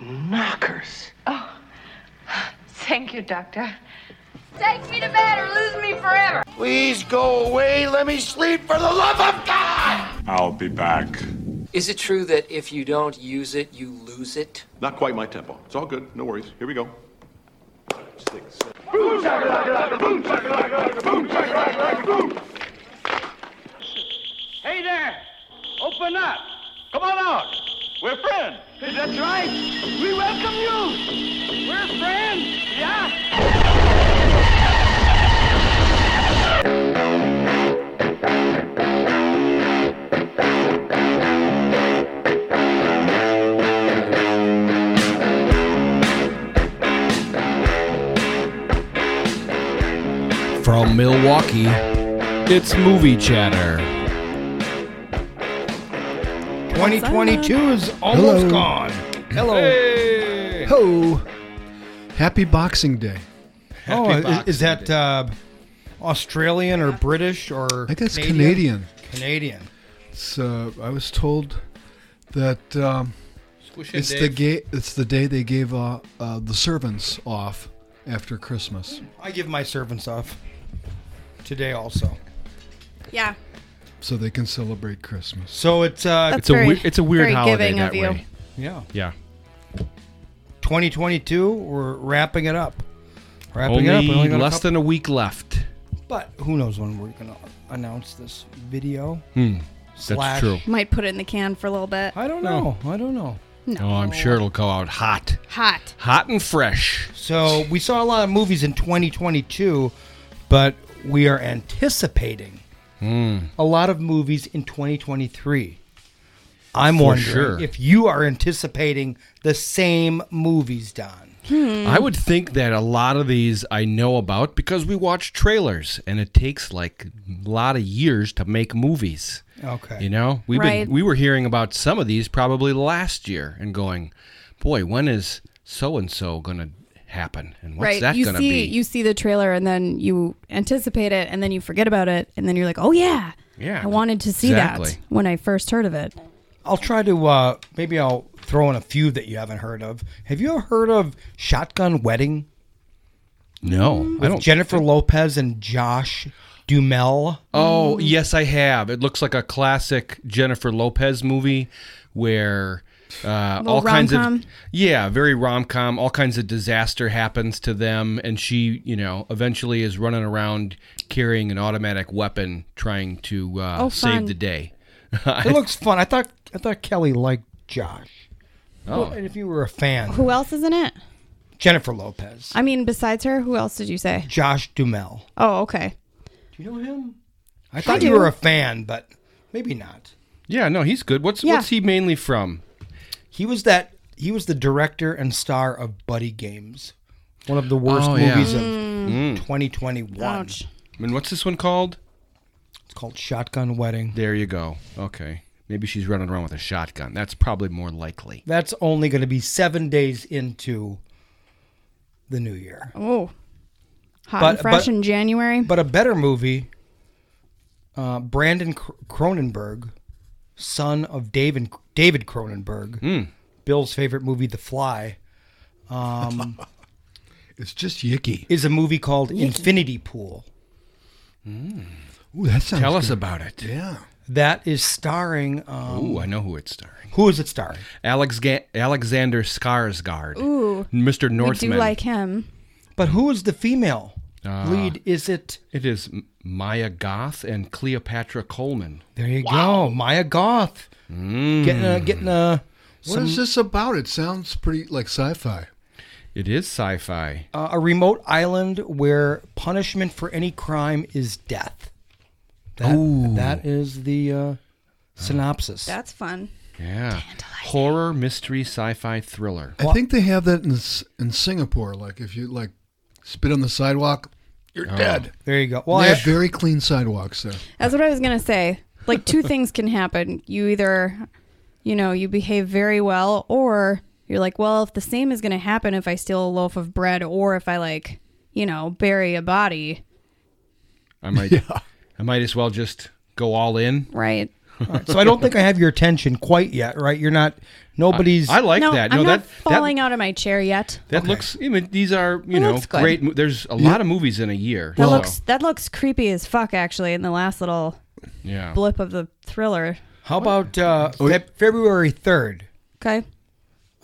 knockers. Oh, thank you, Doctor. Take me to bed or lose me forever. Please go away. Let me sleep for the love of God. I'll be back. Is it true that if you don't use it, you lose it? Not quite my tempo. It's all good. No worries. Here we go. Six, boom, shakalaka, boom, shakalaka, boom, shakalaka, boom. Hey there! Open up! Come on out! We're friends! That's right! We welcome you! We're friends! Yeah! From Milwaukee, it's Movie Chatter. 2022 is almost Hello. gone. Hello. Hey. Ho. Happy Boxing Day. Oh, Happy is, is that uh, Australian or British or? I think it's Canadian. Canadian. It's, uh, I was told that um, Squish it, it's the Dave. ga- it's the day they gave uh, uh, the servants off after Christmas. I give my servants off today also. Yeah. so they can celebrate Christmas. So it's uh, That's It's a very- wei- it's a weird very holiday giving that of you. way. Yeah. Yeah. 2022, we're wrapping it up. Wrapping only it up. We only got a less couple- than a week left. But who knows when we're gonna announce this video? Hmm. That's Slash- true. Might put it in the can for a little bit. I don't know. I don't know. No. Oh, I'm sure it'll go out hot. Hot. Hot and fresh. So we saw a lot of movies in 2022, but we are anticipating Hmm. a lot of movies in 2023. I'm For wondering sure. if you are anticipating the same movies, Don. I would think that a lot of these I know about because we watch trailers and it takes like a lot of years to make movies. Okay. You know, we've Right. been we were hearing about some of these probably last year and going, "Boy, when is so and so going to happen and what's right. that you going to see be?" you see the trailer and then you anticipate it and then you forget about it and then you're like, "Oh yeah. Yeah, I wanted to see that exactly. when I first heard of it." I'll try to uh, maybe I'll throw in a few that you haven't heard of. Have you ever heard of Shotgun Wedding? No, With I don't. Jennifer Lopez and Josh Dumel. Oh, Mm. yes, I have. It looks like a classic Jennifer Lopez movie where uh, Little all kinds rom-com? of yeah, very rom com. All kinds of disaster happens to them, and she, you know, eventually is running around carrying an automatic weapon, trying to uh, Oh, fun. save the day. It looks fun. I thought I thought Kelly liked Josh. Oh. and if you were a fan, Who else is in it? Jennifer Lopez, I mean, besides her, who else did you say? Josh Dumel. Oh, okay. Do you know him? I I thought do. you were a fan, but maybe not. yeah, no, he's good. What's Yeah. what's he mainly from? He was that. He was the director and star of Buddy Games, one of the worst Oh, yeah. movies of Mm. 2021. And what's this one called? It's called Shotgun Wedding. There you go. Okay, maybe she's running around with a shotgun. That's probably more likely. That's only going to be seven days into the new year. Oh. Hot But- and fresh but- in January. But a better movie, uh, Brandon Cr- Cronenberg, son of David David Cronenberg, Hmm. Bill's favorite movie, The Fly. Um, it's just yicky. Is a movie called Infinity Pool. Ooh, that sounds Tell us good. about it. Yeah. That is starring. Um, Ooh, I know who it's starring. Who is it starring? Alex Alexander Skarsgård. Ooh. Mr. We do Northman. like him. But who is the female Ah. lead? Is it? It is M- Maya Goth and Cleopatra Coleman. There you go, Maya Goth. Mm. Getting a, getting a. What is this about? It sounds pretty like sci-fi. It is sci-fi. Uh, a remote island where punishment for any crime is death. That, Ooh. Ah. that is the uh, synopsis. That's fun. Yeah. Horror, mystery, sci-fi, thriller. I think they have that in S- in Singapore. Like if you like spit on the sidewalk, you're Oh. dead. There you go. Well, Well, they I- have very clean sidewalks there. That's what I was gonna say. Like two things can happen. You either, you know, you behave very well, or you're like, well, if the same is gonna happen if I steal a loaf of bread or if I like, you know, bury a body, I might I might as well just go all in. right? All right, so I don't think I have your attention quite yet, right? You're not. Nobody's. I like no, that. I'm no, not that falling that, out of my chair yet. That looks. I mean, these are you It know looks good. great. mo- There's a lot of movies in a year. That so, looks that looks creepy as fuck. Actually, in the last little Yeah. blip of the thriller. How about uh, Oh, Feb- February third? Okay.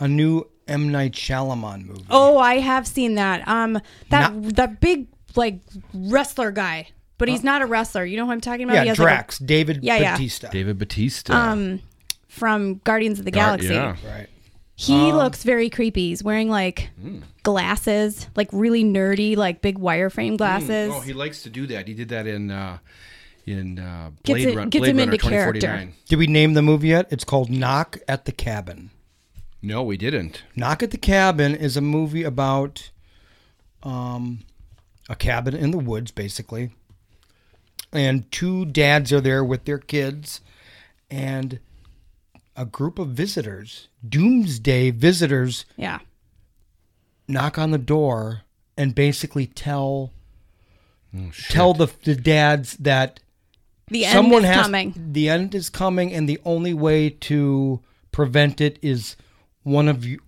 A new M Night Shyamalan movie. Oh, I have seen that. Um, that Not- that big like wrestler guy, but he's not a wrestler. You know who I'm talking about? yeah, He has, like, a- Drax, David Yeah, yeah. Batista. David Batista. um, from Guardians of the Gar- Galaxy. Yeah. Oh. Right. He looks very creepy. He's wearing like Hmm. glasses, like really nerdy, like big wireframe glasses. Oh, he likes to do that. He did that in uh, in uh, Gets Blade, it- Run- gets Blade him Runner into character. 2049. Did we name the movie yet? It's called Knock at the Cabin. No, we didn't. Knock at the Cabin is a movie about um, a cabin in the woods, basically. And two dads are there with their kids, and a group of visitors, doomsday visitors, yeah. knock on the door and basically tell tell the, the dads that The end someone is has coming. the end is coming, and the only way to prevent it is one of you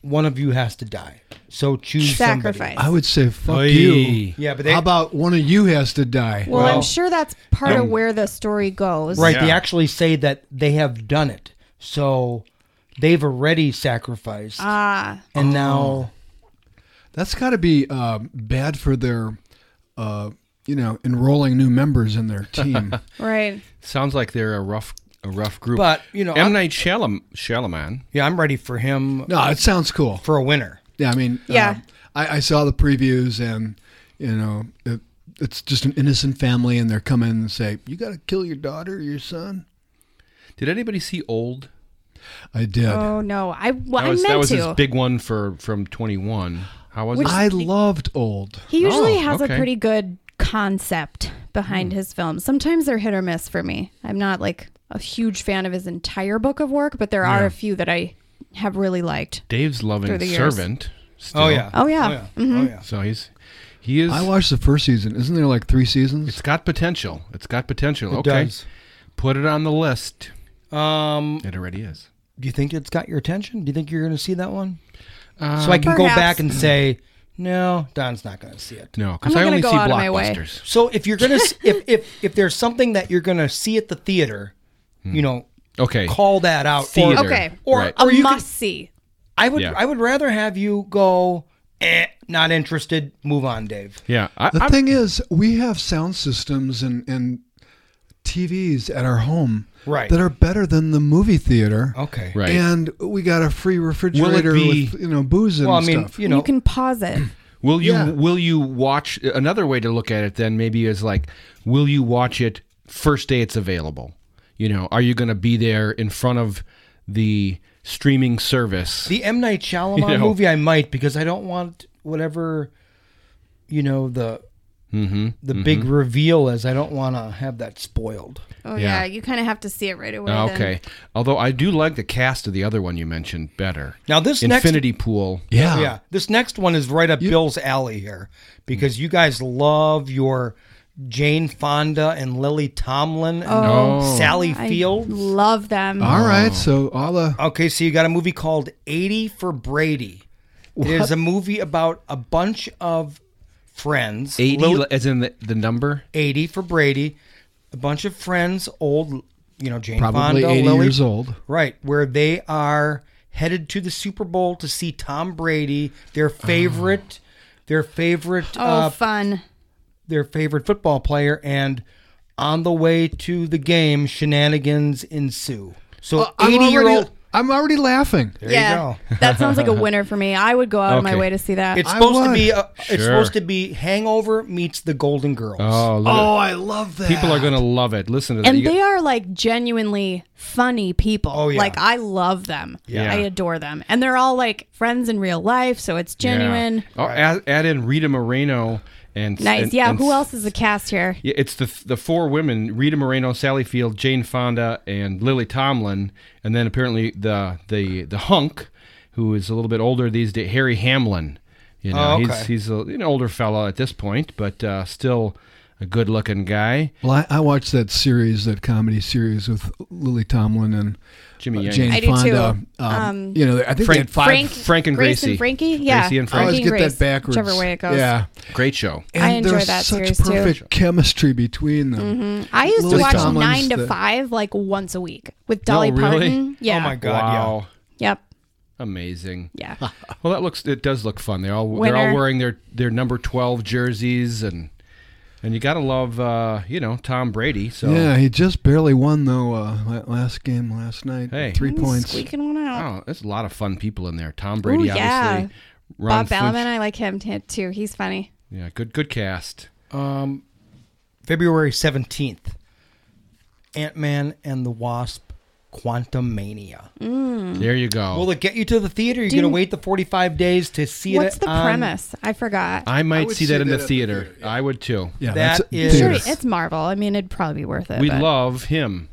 one of you has to die. So choose Sacrifice. Somebody. I would say fuck Oy. you. Yeah, but they- how about one of you has to die? Well, Well- I'm sure that's part of where the story goes. Right? They Yeah. actually say that they have done it, so they've already sacrificed, Ah, and now That's got to be uh, bad for their, uh, you know, enrolling new members in their team. right. Sounds like they're a rough a rough group. But, you know, M I'm- Night Shyam- Shyamalan. yeah, I'm ready for him no, it sounds cool. for a winner. Yeah, I mean, Yeah. um, I, I saw the previews, and you know, it, it's just an innocent family, and they're coming and say, "You got to kill your daughter, or your son." Did anybody see Old? I did. Oh no, I well, That was I meant that was to. his big one for from 21. How was it? I loved old. He usually Oh, has okay. Hmm. a pretty good concept behind his films. Sometimes they're hit or miss for me. I'm not like a huge fan of his entire book of work, but there are a few that I have really liked. Dave's loving Through the years. servant. Still. Oh yeah. oh yeah, oh, yeah. So he's he is. I watched the first season. Isn't there like three seasons? it's got potential. It's got potential. okay. does. Put it on the list. Um, It already is. do you think it's got your attention? Do you think you're going to see that one? Um, so I can go Perhaps. back and say, no, Don's not going to see it. No, because I'm not I gonna only go see out of my way. blockbusters. So if you're gonna s- if if if there's something that you're gonna see at the theater, you know, Hmm. Okay. call that out. Or, Theater. Okay. or, Right. or A you must could, see. I would Yeah. I would rather have you go, eh, not interested, move on, Dave. Yeah. I, The I'm- thing is, we have sound systems and, and TVs at our home Right. Oh, that are better than the movie theater. Okay. Right. And we got a free refrigerator be- with you know booze and Well, I mean, stuff. you know, you can pause it. Will you Yeah. will you watch another way to look at it then maybe is like will you watch it first day it's available? You know, are you going to be there in front of the streaming service? the M Night Shyamalan You know. movie. I might because I don't want whatever, you know the. Mm-hmm. The big reveal is I don't want to have that spoiled. Oh yeah, Yeah. you kind of have to see it right away. Ah, then. okay. Although I do like the cast of the other one you mentioned better. Now this next- Infinity Pool. yeah. Yeah, this next one is right up Bill's alley here because you guys love your Jane Fonda and Lily Tomlin and Oh. Sally I Fields. love them. Uh, All right. So all the Okay, so you got a movie called 80 for Brady. It is a movie about a bunch of friends. 80 Lil- as in the, the number? 80 for Brady. A bunch of friends, old, you know, Jane probably Fonda, eighty Lily. years old. Right, where they are headed to the Super Bowl to see Tom Brady, Oh. their favorite, their favorite Oh, uh, fun. their favorite football player, and on the way to the game, shenanigans ensue. Uh, So, I'm eighty year already, old. I'm already laughing. There yeah. you go. that sounds like a winner for me. I would go out of my Okay. way to see that. It's I supposed to would. be. A, It's Sure. supposed to be Hangover meets The Golden Girls. Oh, look Oh, I love that. at- people are going to love it. Listen to that. and You- they are like genuinely funny people. Oh, yeah. Like I love them. Yeah. I adore them. And they're all like friends in real life, so it's Yeah. genuine. Oh, add, add in Rita Moreno and Nice. and- yeah, and who else is the cast here? Yeah, it's the the four women: Rita Moreno, Sally Field, Jane Fonda, and Lily Tomlin. And then apparently the the the hunk, who is a little bit older these days, Harry Hamlin. You know, Oh, okay. he's he's a, an older fella at this point, but uh, still a good looking guy. Well, I, I watched that series, that comedy series with Lily Tomlin and Jimmy uh, Yang. Jane I do Fonda. too. Um, Um, you know, I think they Frank- had five. Frank, Frank and Grace Gracie. and Frankie. Yeah, Gracie and I always Frankie get and Grace, that backwards. Whichever way it goes. Yeah, Great show. and I enjoy there's that such series, too. Mm-hmm. perfect chemistry between them. I used Lily to watch Tomlin's Nine to the- Five like once a week with Dolly really? Parton. Yeah. Oh my god, wow. Yep. Amazing. Yeah. Well, that looks it does look fun. They're all they're all Winner. wearing their their number 12 jerseys and and you got to love uh, you know, Tom Brady. So Yeah, he just barely won though. Uh, la- last game last night, Hey. three points. Squeaking one out. Oh, there's a lot of fun people in there. Tom Brady, yeah. obviously. Bob Ron Balaban, Flint- I like him t- too. He's funny. Yeah, good good cast. yeah. Um, February seventeenth, Ant Man and the Wasp, Quantum Mania. There you go. Will it get you to the theater? You're Mm. Do gonna you- wait the forty five days to see it. um, What's the on- premise? I forgot. I might would see that see in that the at the theater. theater, I would too. Yeah, That that's is- Sure, theater. Yes. it's Marvel. I mean, it'd probably be worth it. We but love him.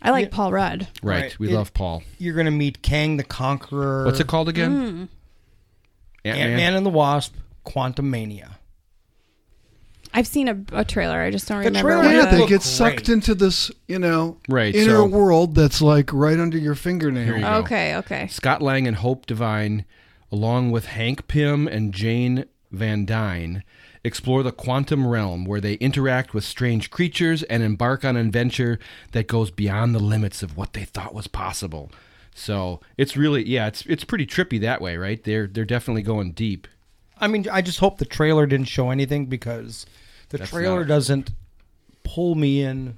I like Paul Rudd. Right. Right. We It- er love Paul. You're gonna meet Kang the Conqueror. What's it called Mm. again? Ant Man and the Wasp, Quantum Mania. I've seen a, a trailer. I just don't The remember. trailer what Yeah, looked the- they look get sucked great. into this, you know, Right, inner so- world that's like right under your Here you fingernail. go. okay. Okay. Scott Lang and Hope Divine, along with Hank Pym and Jane Van Dyne, explore the quantum realm where they interact with strange creatures and embark on an adventure that goes beyond the limits of what they thought was possible. So it's really yeah, it's it's pretty trippy that way, right? They're they're definitely going deep. I mean, I just hope the trailer didn't show anything because the trailer not- doesn't pull me in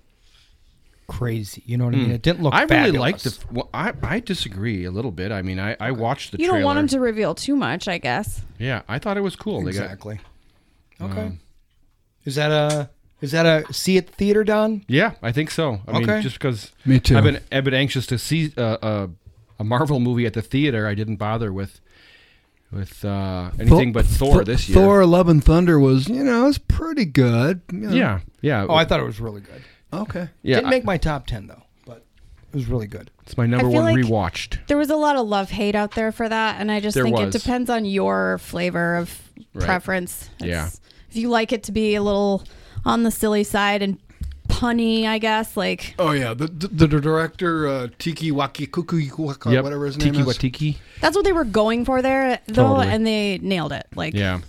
crazy. You know what I mean? It didn't look. Hmm. I really like fabulous. the. Well, I I disagree a little bit. I mean, I I watched the. You don't trailer. want him to reveal too much, I guess. Yeah, I thought it was cool. They got exactly. Hmm. Okay. is that a is that a see it theater done? Yeah, I think so. I mean, Okay. just because Me too. I've been I've been anxious to see uh, uh, a Marvel movie at the theater. I didn't bother with with uh, anything but Thor Thor- this year. Thor: Love and Thunder was, you know, it's pretty good. you know. Yeah, yeah. Oh, I thought it was really good. Okay. yeah. didn't make my top ten though, but it was really good. it's my number I feel one like- rewatched. There was a lot of love hate out there for that, and I just There think was. it depends on your flavor of Right. preference. Yeah. If you like it to be a little on the silly side and punny, I guess like Oh yeah, the the, the director uh, Tiki Wakikuku, Yep. whatever his Tiki name is. Watiki. that's what they were going for there, though, Totally. and they nailed it. Like Yeah,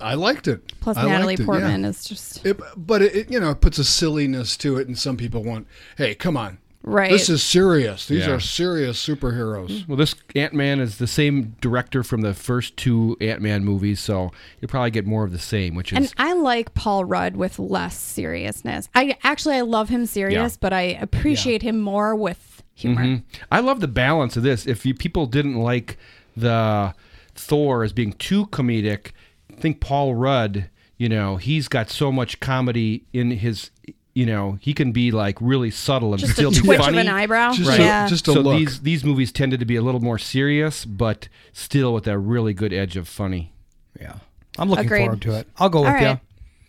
I liked it. Plus, I Natalie liked it, yeah. Portman is just It, but it, it, you know, it puts a silliness to it, and some people want, hey, come on, right. this is serious. These Yeah. are serious superheroes. Well, this Ant Man is the same director from the first two Ant Man movies, so you'll probably get more of the same, which is and I like Paul Rudd with less seriousness. I actually I love him serious, Yeah. Mm-hmm. but I appreciate him more with humor. I love the balance of this. If you people didn't like the Thor as being too comedic, think Paul Rudd. You know, he's got so much comedy in his. You know, he can be like really subtle and Just still a be twitch funny. of an eyebrow. Just, Right. a, Yeah. just a so look. these these movies tended to be a little more serious, but still with that really good edge of funny. Yeah, I'm looking Agreed. forward to it. I'll go with All right.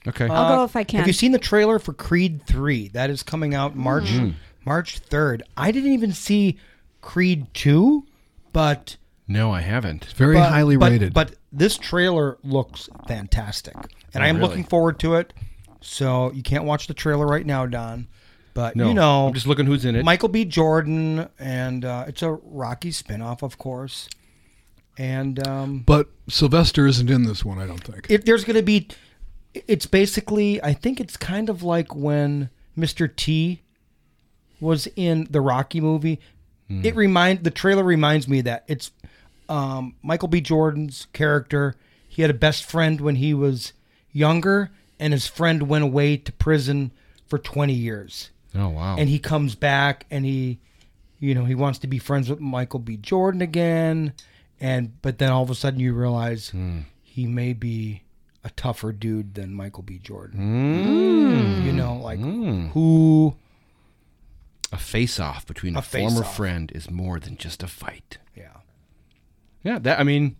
you. Okay. I'll go if I can. Hmm. Have you seen the trailer for Creed 3? That is coming out March March 3rd. I didn't even see Creed 2, but no, I haven't. Very but- highly but- rated. But this trailer looks fantastic. And I am Oh, really? looking forward to it. So you can't watch the trailer right now, Don. But No, you know, I'm just looking who's in it. Michael B. Jordan, and uh, it's a Rocky spinoff, of course. And um, But Sylvester isn't in this one, I don't think. if there's going to be it's basically i think it's kind of like when mr t was in the rocky movie it remind the trailer reminds me of that it's um, michael b jordan's character he had a best friend when he was younger and his friend went away to prison for 20 years Oh wow. and he comes back and he you know he wants to be friends with michael b jordan again and but then all of a sudden you realize Hmm. he may be a tougher dude than michael b jordan Hmm. you know like who a face off between a, A former face-off. friend is more than just a fight. yeah Yeah, that I mean,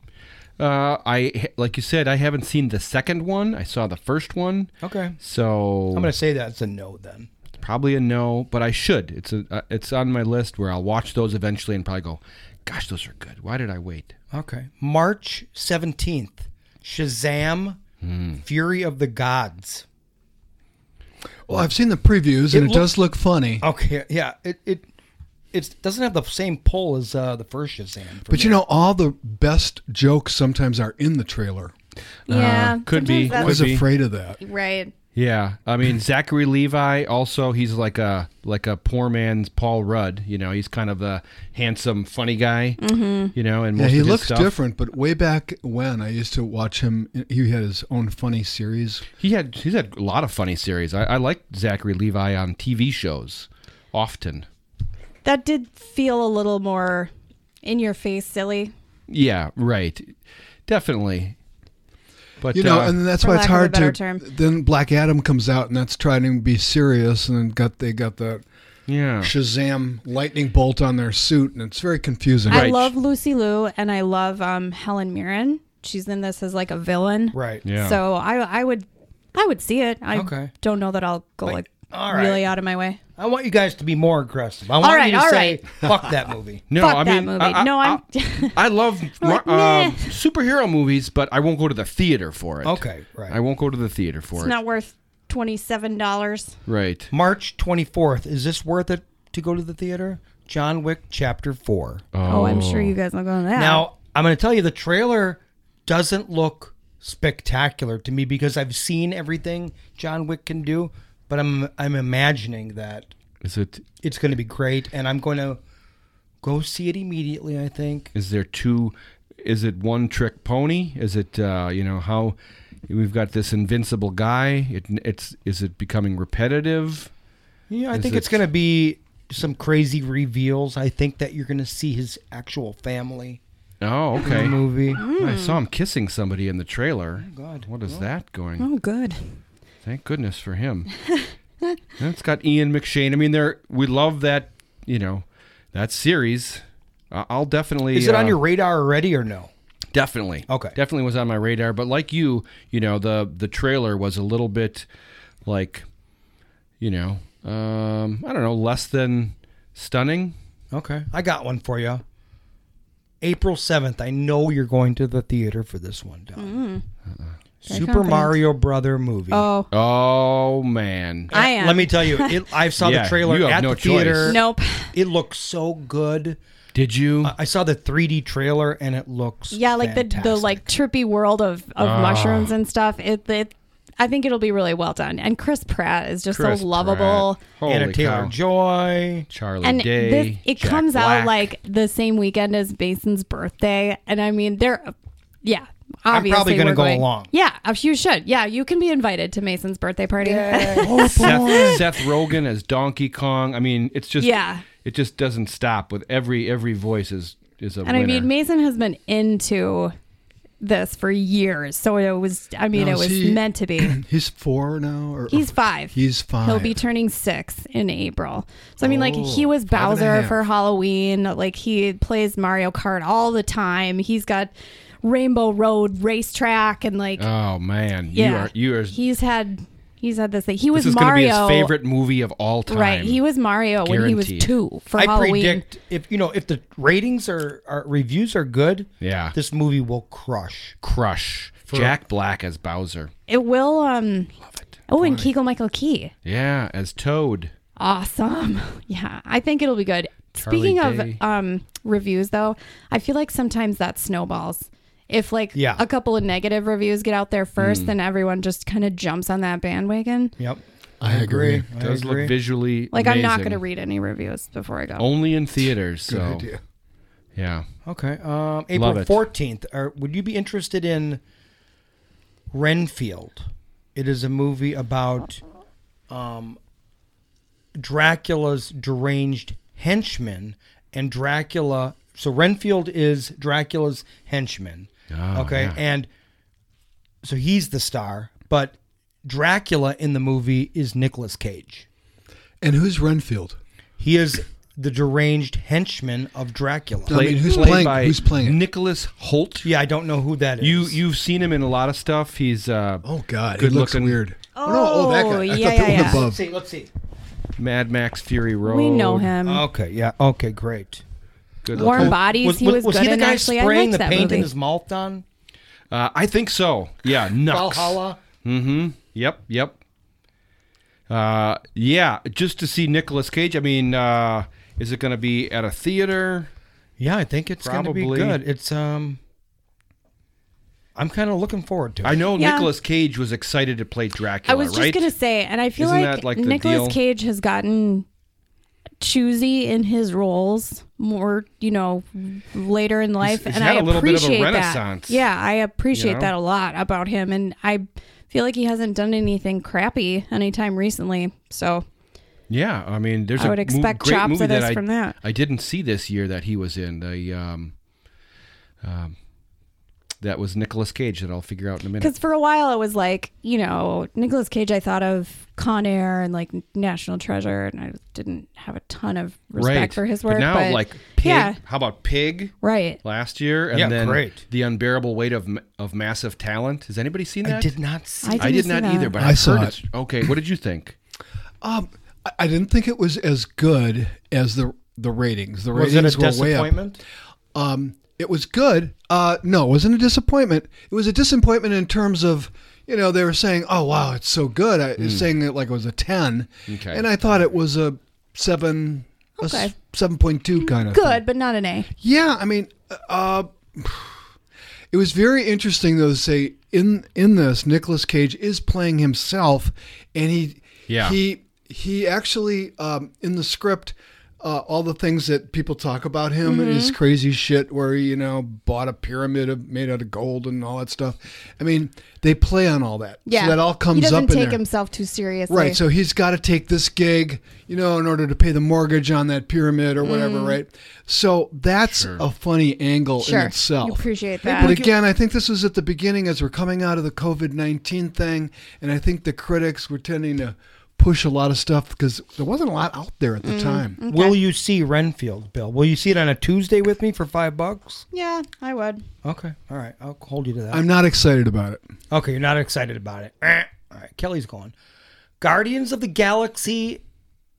uh, I like you said, I haven't seen the second one. I saw the first one, okay so i'm gonna say that's a no then probably a no. But I should. It's a uh, it's on my list where I'll watch those eventually and probably go, "Gosh, those are good. Why did I wait?" okay march 17th shazam Hmm. Fury of the Gods. Well, I've seen the previews and It it, does look funny. Okay, yeah, it it it doesn't have the same pull as uh, the first Shazam. for But you me. know, all the best jokes sometimes are in the trailer. yeah, could be. sometimes I that's- was Could be. afraid of that. Right. Yeah, I mean Zachary Levi. Also, he's like a like a poor man's Paul Rudd. You know, he's kind of the handsome, funny guy. You know, and most Yeah, he of his looks stuff. different, but way back when I used to watch him, he had his own funny series. He had he's had a lot of funny series. I, I like Zachary Levi on TV shows often. That did feel a little more in your face, silly. Yeah, right, definitely. But You know, uh, and that's For why lack it's of a hard better to. term. Then Black Adam comes out, and that's trying to be serious, and then got they got the yeah, Shazam lightning bolt on their suit, and it's very confusing. I Right. love Lucy Liu and I love um, Helen Mirren. She's in this as like a villain. right? yeah. So I I would I would see it. I Okay. don't know that I'll go like, all right. really out of my way. I want you guys to be more aggressive. I want right, you to all say, "Fuck that movie." no, Fuck I that mean, movie. I, I- No, I'm- I, I love Like, mar- um, meh. superhero movies, but I won't go to the theater for it. Okay, right. I won't go to the theater for It's it. not worth twenty seven dollars. right. March twenty fourth. Is this worth it to go to the theater? John Wick Chapter Four. Oh. I'm sure you guys will go to that. Now, I'm going to tell you the trailer doesn't look spectacular to me because I've seen everything John Wick can do, but I'm I'm imagining that Is it? it's going to be great and I'm going to go see it immediately, I think. Is there two? Is it one trick pony? Is it uh, you know how we've got this invincible guy? It, it's is it becoming repetitive? Yeah, I Is think it- it's going to be some crazy reveals. I think that you're going to see his actual family Oh, okay. in the movie. I saw him kissing somebody in the trailer. God. What is that going? oh good. Thank goodness for him. and it's got Ian McShane. I mean, there we love that. You know, that series. I- I'll definitely. Is it on uh, your radar already or no? Definitely. Okay. Definitely was on my radar, but like you, you know, the the trailer was a little bit like you know, um I don't know, less than stunning. Okay. I got one for you. April 7th. I know you're going to the theater for this one, Mm. Don. Uh-uh. Super confident. Mario Brother movie. Oh, Oh man. I am. Let me tell you, it, I saw Yeah, the trailer you have at no the theater. choice. Nope. It looks so good. Did you? Uh, I saw the 3D trailer and it looks Yeah, like the the fantastic. like trippy world of of Ah. mushrooms and stuff. It, it I think it'll be really well done. And Chris Pratt is just Chris so lovable. Pratt. Holy Anna Taylor cow. Joy. Charlie And Day. this, it Jack comes Black. out like the same weekend as Mason's birthday, and I mean, they're yeah. Obviously, probably gonna we're go going- along. Yeah, uh, you should. Yeah, you can be invited to Mason's birthday party. Seth, Seth Rogen as Donkey Kong. I mean, it's just Yeah. It just doesn't stop with every every voice is is a and I winner. mean, Mason has been into this for years, so it was. I mean, Now, it is was he- meant to be. He's four now, or He's five. He's five. Oh, He'll be turning six in April. So I mean, like he was five and a Bowser half. for Halloween. Like he plays Mario Kart all the time. He's got Rainbow Road racetrack and like oh man, yeah, you are you are he's had he's had this thing. He was this is going to be Mario. his favorite movie of all time. Right, he was Mario when he was Guaranteed. two for I Halloween. predict if you know if the ratings are, are reviews are good, Yeah. this movie will crush. crush. Jack Black as Bowser. It will. Um, oh, and Keegle Michael Key. Yeah, as Toad. Awesome. Yeah, I think it'll be good. Speaking Day. of um, reviews, though, I feel like sometimes that snowballs. If like Yeah. a couple of negative reviews get out there first, Mm. then everyone just kind of jumps on that bandwagon. Yep. I agree. I Does agree. look visually Like I'm not amazing. going to read any reviews before I go. Only in theaters. So idea. yeah, Okay. Um, April it. 14th. Or would you be interested in Renfield? It is a movie about um, Dracula's deranged henchman and Dracula. So Renfield is Dracula's henchman. Oh, okay. yeah. And so he's the star, but Dracula in the movie is Nicolas Cage. And who's Renfield? He is the deranged henchman of Dracula. I mean, who's Played playing? by Who's playing? it? Nicholas Holt. Yeah, I don't know who that is. You you've seen him in a lot of stuff. He's uh, Oh God, Good he looks looking. weird. Oh, no, oh, that guy. I yeah, thought yeah, that one yeah. above. see. Let's see. Mad Max Fury Road. we know Oh, him. Okay. Yeah. Okay. Great. Good Warm looking. Bodies. he was, good he the in guy actually. I spraying liked the that paint movie. in his mouth on? Uh, I think so. Yeah, Nux. Mm-hmm. Valhalla. Yep, yep. Uh, yeah, just to see Nicolas Cage. I mean, uh, is it going to be at a theater? Yeah, I think it's going to be Probably. good. It's um, I'm kind of looking forward to it. I know Yeah. Nicolas Cage was excited to play Dracula. I was just right? gonna say, and I feel Isn't like, that, like, the deal? Nicolas Cage has gotten choosy in his roles more, you know, later in life, he's and had I a little bit of a appreciate renaissance, that. Yeah, I appreciate you know? that a lot about him, and I feel like he hasn't done anything crappy anytime recently. So Yeah, I mean, there's I a would mo- expect great chops movie at that us I, from that. I didn't see this year that he was in the um, um, that was Nicolas Cage that I'll figure out in a minute. Because for a while it was like, you know, Nicolas Cage, I thought of Con Air and like National Treasure, and I didn't have a ton of respect for his work. But now, but- like Pig. yeah, How about Pig right. last year? And Yeah, then great. The unbearable weight of M- of massive talent. Has anybody seen that? I did not see. I, I didn't did see not that. either, but I I, have saw heard it. it's okay. What did you think? Um, I- I didn't think it was as good as the the ratings. The was ratings it a were way up. disappointment? Um, it was good. Uh, no, it wasn't a disappointment. It was a disappointment in terms of, you know, they were saying, "Oh wow, it's so good." I Hmm. saying it like it was a ten, Okay. and I thought it was a seven, Okay. seven point two kind of thing. Good, but not an A. Yeah, I mean, uh, it was very interesting though to say in in this Nicolas Cage is playing himself, and he Yeah. he he actually um, in the script. Uh, all the things that people talk about him Mm-hmm. and his crazy shit, where he, you know, bought a pyramid of, made out of gold and all that stuff. I mean, they play on all that. Yeah, so that all comes He doesn't up in take there. himself too seriously. Right. So he's got to take this gig, you know, in order to pay the mortgage on that pyramid or whatever, right? So that's a funny angle Mm. sure, in itself. you appreciate But that. again, I think this was at the beginning as we're coming out of the COVID 19 thing. And I think the critics were tending to push a lot of stuff because there wasn't a lot out there at the Mm, time. Will you see Renfield, Bill? Will you see it on a Tuesday with me for five bucks? yeah, I would. Okay, all right, I'll hold you to that. I'm not excited about it. okay, you're not excited about it. Eh. All right, Kelly's going. Guardians of the Galaxy,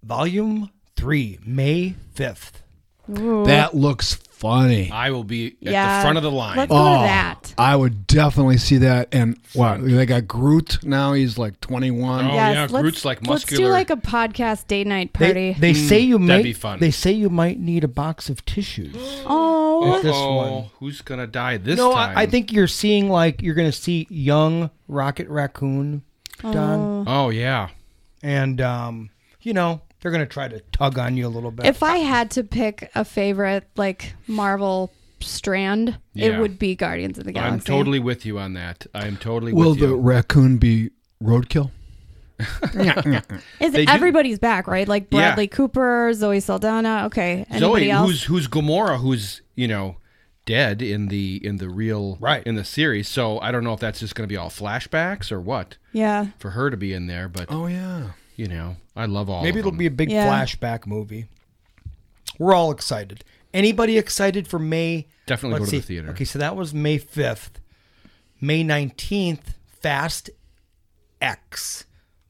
Volume Three, May fifth. That looks funny. I will be at Yeah. the front of the line. Let's go Oh. to that. I would definitely see that. And wow, they got Groot now. He's like 21. Oh, yes, yeah, let's, Groot's, like, Let's muscular. do like a podcast day night They, party. they say you might. Hmm, that'd be fun. They say you might need a box of tissues. oh, At this oh, one. who's gonna die this No, time? I, I think you're seeing like you're gonna see young Rocket Raccoon done, Oh yeah. and um, you know they're gonna try to tug on you a little bit. if I had to pick a favorite like Marvel strand, Yeah. it would be Guardians of the Galaxy. I'm totally with you on that. I am totally Will with the you. raccoon be roadkill? Is They do- everybody's back, right? Like Yeah. Bradley Cooper, Zoe Saldana. Okay. Anybody Zoe, else? who's who's Gamora, who's you know dead in the in the real Right. in the series. So I don't know if that's just going to be all flashbacks or what yeah. for her to be in there. But Oh yeah. you know, I love all. Maybe of it'll them. be a big Yeah. flashback movie. We're all excited. Anybody excited for May? Definitely go Let's to the see. theater. Okay, so that was May 5th. May 19th, Fast X.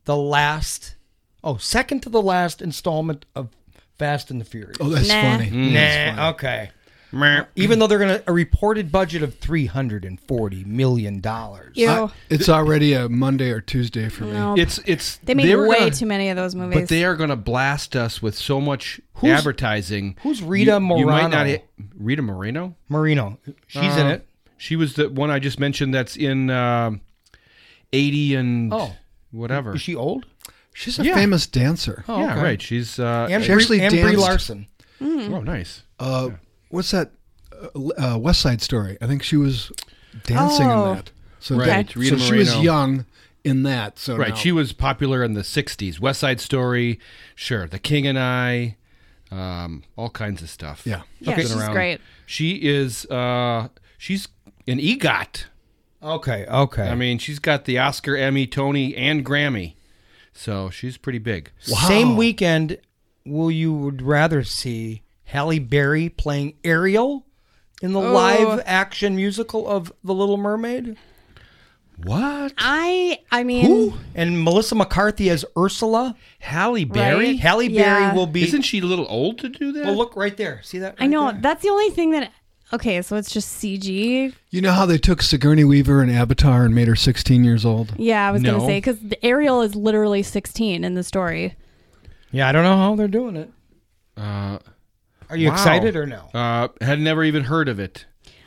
The last, oh, second to the last installment of Fast and the Furious. Oh, that's Nah. funny. Hmm. nah, okay. Even though they're going to, a reported budget of $340 million. You. I- it's already a Monday or Tuesday for me. no. It's it's they made were way gonna- too many of those movies. uh, But they are going to blast us with so much Who's- advertising. who's Rita Morano? Rita Moreno. Marino, she's in Uh, it. She was the one I just mentioned. That's in um eighty and Oh. whatever. Is she old? She's a Yeah. famous dancer. Oh, yeah, okay. right. She's uh, And, She Brie- actually and Brie danced. Larson. oh nice. Uh, What's that? Uh, uh, West Side Story. I think she was dancing Oh. in that. So, Right, that- Rita so she was Moreno. young in that. So Right. now- She was popular in the 60s. West Side Story, sure. The King and I, um, all kinds of stuff. Yeah. Yeah, Been she's great. She is, uh, she's an EGOT. Okay, okay. I mean, she's got the Oscar, Emmy, Tony, and Grammy. So she's pretty big. Same weekend, will you would rather see Halle Berry playing Ariel in the live action musical of The Little Mermaid, What? I I mean and Melissa McCarthy as Ursula? Halle Berry? Right. Halle Yeah. Berry will be. Isn't she a little old to do that? well, look right there. See that? I right know there? that's the only thing that okay, so it's just CG. You know how they took Sigourney Weaver and Avatar and made her 16 years old? Yeah, I was No. gonna say because Ariel is literally 16 in the story. Yeah, I don't know how they're doing it. Uh, Are you Wow. excited or no? Uh, had never even heard of it.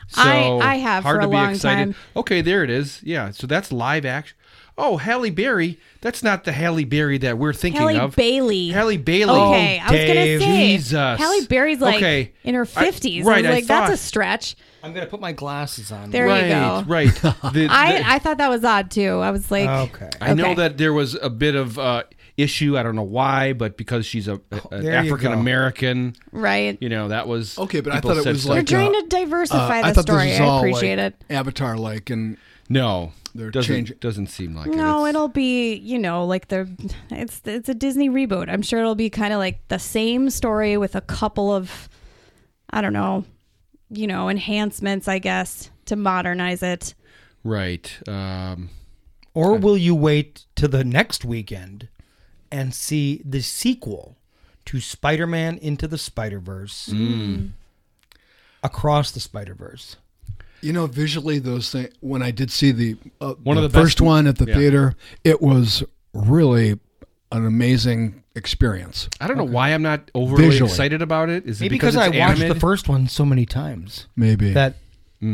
So I- I have hard for to a be long excited. time. Okay, there it is. Yeah, so that's live action. Oh, Halle Berry. That's not the Halle Berry that we're thinking Halle of. Bailey. Halle Bailey. Okay, I was Dave, gonna say Oh, Jesus. Halle Berry's like Okay. in her I- 50s. I, right, I was like thought- that's a stretch. I'm gonna put my glasses on. There right, you go. right. The- the- I I thought that was odd too. I was like, Okay. I know okay. that there was a bit of uh, issue. I don't know why, but because she's a, a- an Oh, there you go. African American, right. you know, that was Okay, but I people thought it said was stuff. You're like- trying uh, to diversify Uh, I the thought story. this was all I appreciate like, it. Avatar like and no. They're doesn't changing- doesn't seem like No, it. It's- it'll be you know like the it's it's a Disney reboot. I'm sure it'll be kind of like the same story with a couple of I don't know, you know, enhancements I guess to modernize it. right. Um, Or will you wait to the next weekend and see the sequel to Spider Man Into the Spider Verse Mm. across the Spider Verse? you know visually those things when I did see the uh, One of the first best- one at the theater, it was really an amazing experience. I don't know why I'm not overly Visually. excited about it. Is it Maybe because, I it's watched animated? Mm. the first one so many times Maybe. that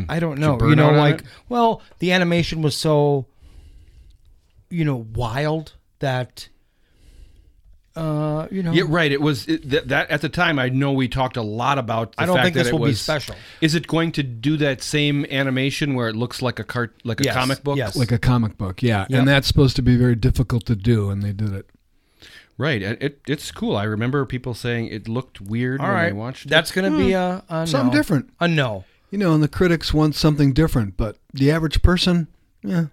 I don't know. burn You know, out on like, it? well, the animation was so, you know, wild that, uh, you know, Yeah, right. It was it, th- that at the time. I know we talked a lot about. The I don't fact think that this it will be was- special. Is it going to do that same animation where it looks like a cart, like Yes, a comic book? yes. like a comic book, yeah. Yep. And that's supposed to be very difficult to do and they did it. Right. It, it- it's cool. I remember people saying it looked weird all when right, they watched. it. Hmm. that's going to be a, a Something no. different. A no. You know, and the critics want something different, but the average person, yeah.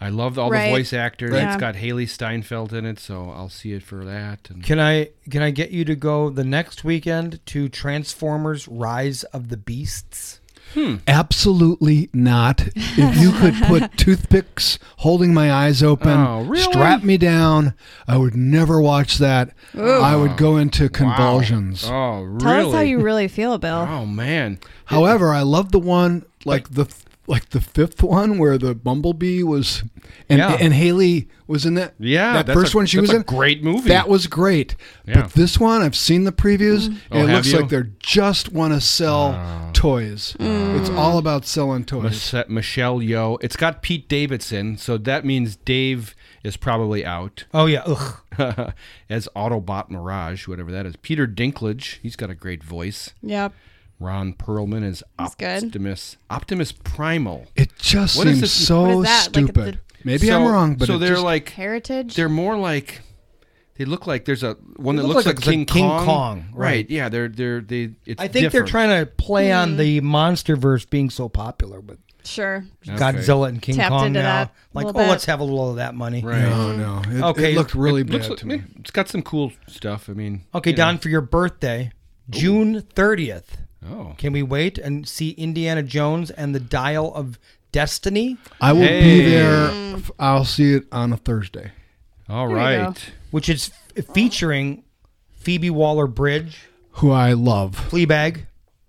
I love all the Right. voice actors. Right. It's Yeah. got Haley Steinfeld in it, so I'll see it for that. And Can I can I get you to go the next weekend to Transformers: Rise of the Beasts? Absolutely not. If you could put toothpicks holding my eyes open, Oh, really? strap me down, I would never watch that. I would go into convulsions. Oh, really? Tell us how you really feel, Bill. Oh man. However, I love the one like the like the fifth one where the bumblebee was and Yeah. and Haley was in that. Yeah, that that's first a- one she that's was a in. great movie. That was great. Yeah. But this one, I've seen the previews. Mm. Oh, And it have looks you? Oh. like they're just want to sell toys. Mm. It's all about selling toys. Mis- uh, Michelle Yeoh. It's got Pete Davidson, so that means Dave is probably out Oh yeah, ugh. as Autobot Mirage, whatever that is. Peter Dinklage, he's got a great voice. Yep. Ron Perlman is He's good. Optimus. Optimus Primal. It just What is seems this- so What is that? Like stupid. the- Maybe So- I'm wrong, but so it they're just- like Heritage. they're more like they look like there's a one They that look looks like like, it's a King, King Kong. Kong, right. Yeah, they're they're they. It's I think they're different. trying to play Hmm. on the monster verse being so popular with sure. Godzilla and King Tapped Kong into now. that like, oh, little bit. let's have a little of that money. Right. no, no. It, Okay, it looked really It bad looks like- to me. It's got some cool stuff. I mean, Okay, you Don, for your birthday, June thirtieth, know. Oh, can we wait and see Indiana Jones and the Dial of Destiny, I will Hey. be there. I'll see it on a Thursday. all you right. which is f- featuring Phoebe Waller Bridge, Who I love. Fleabag. Um,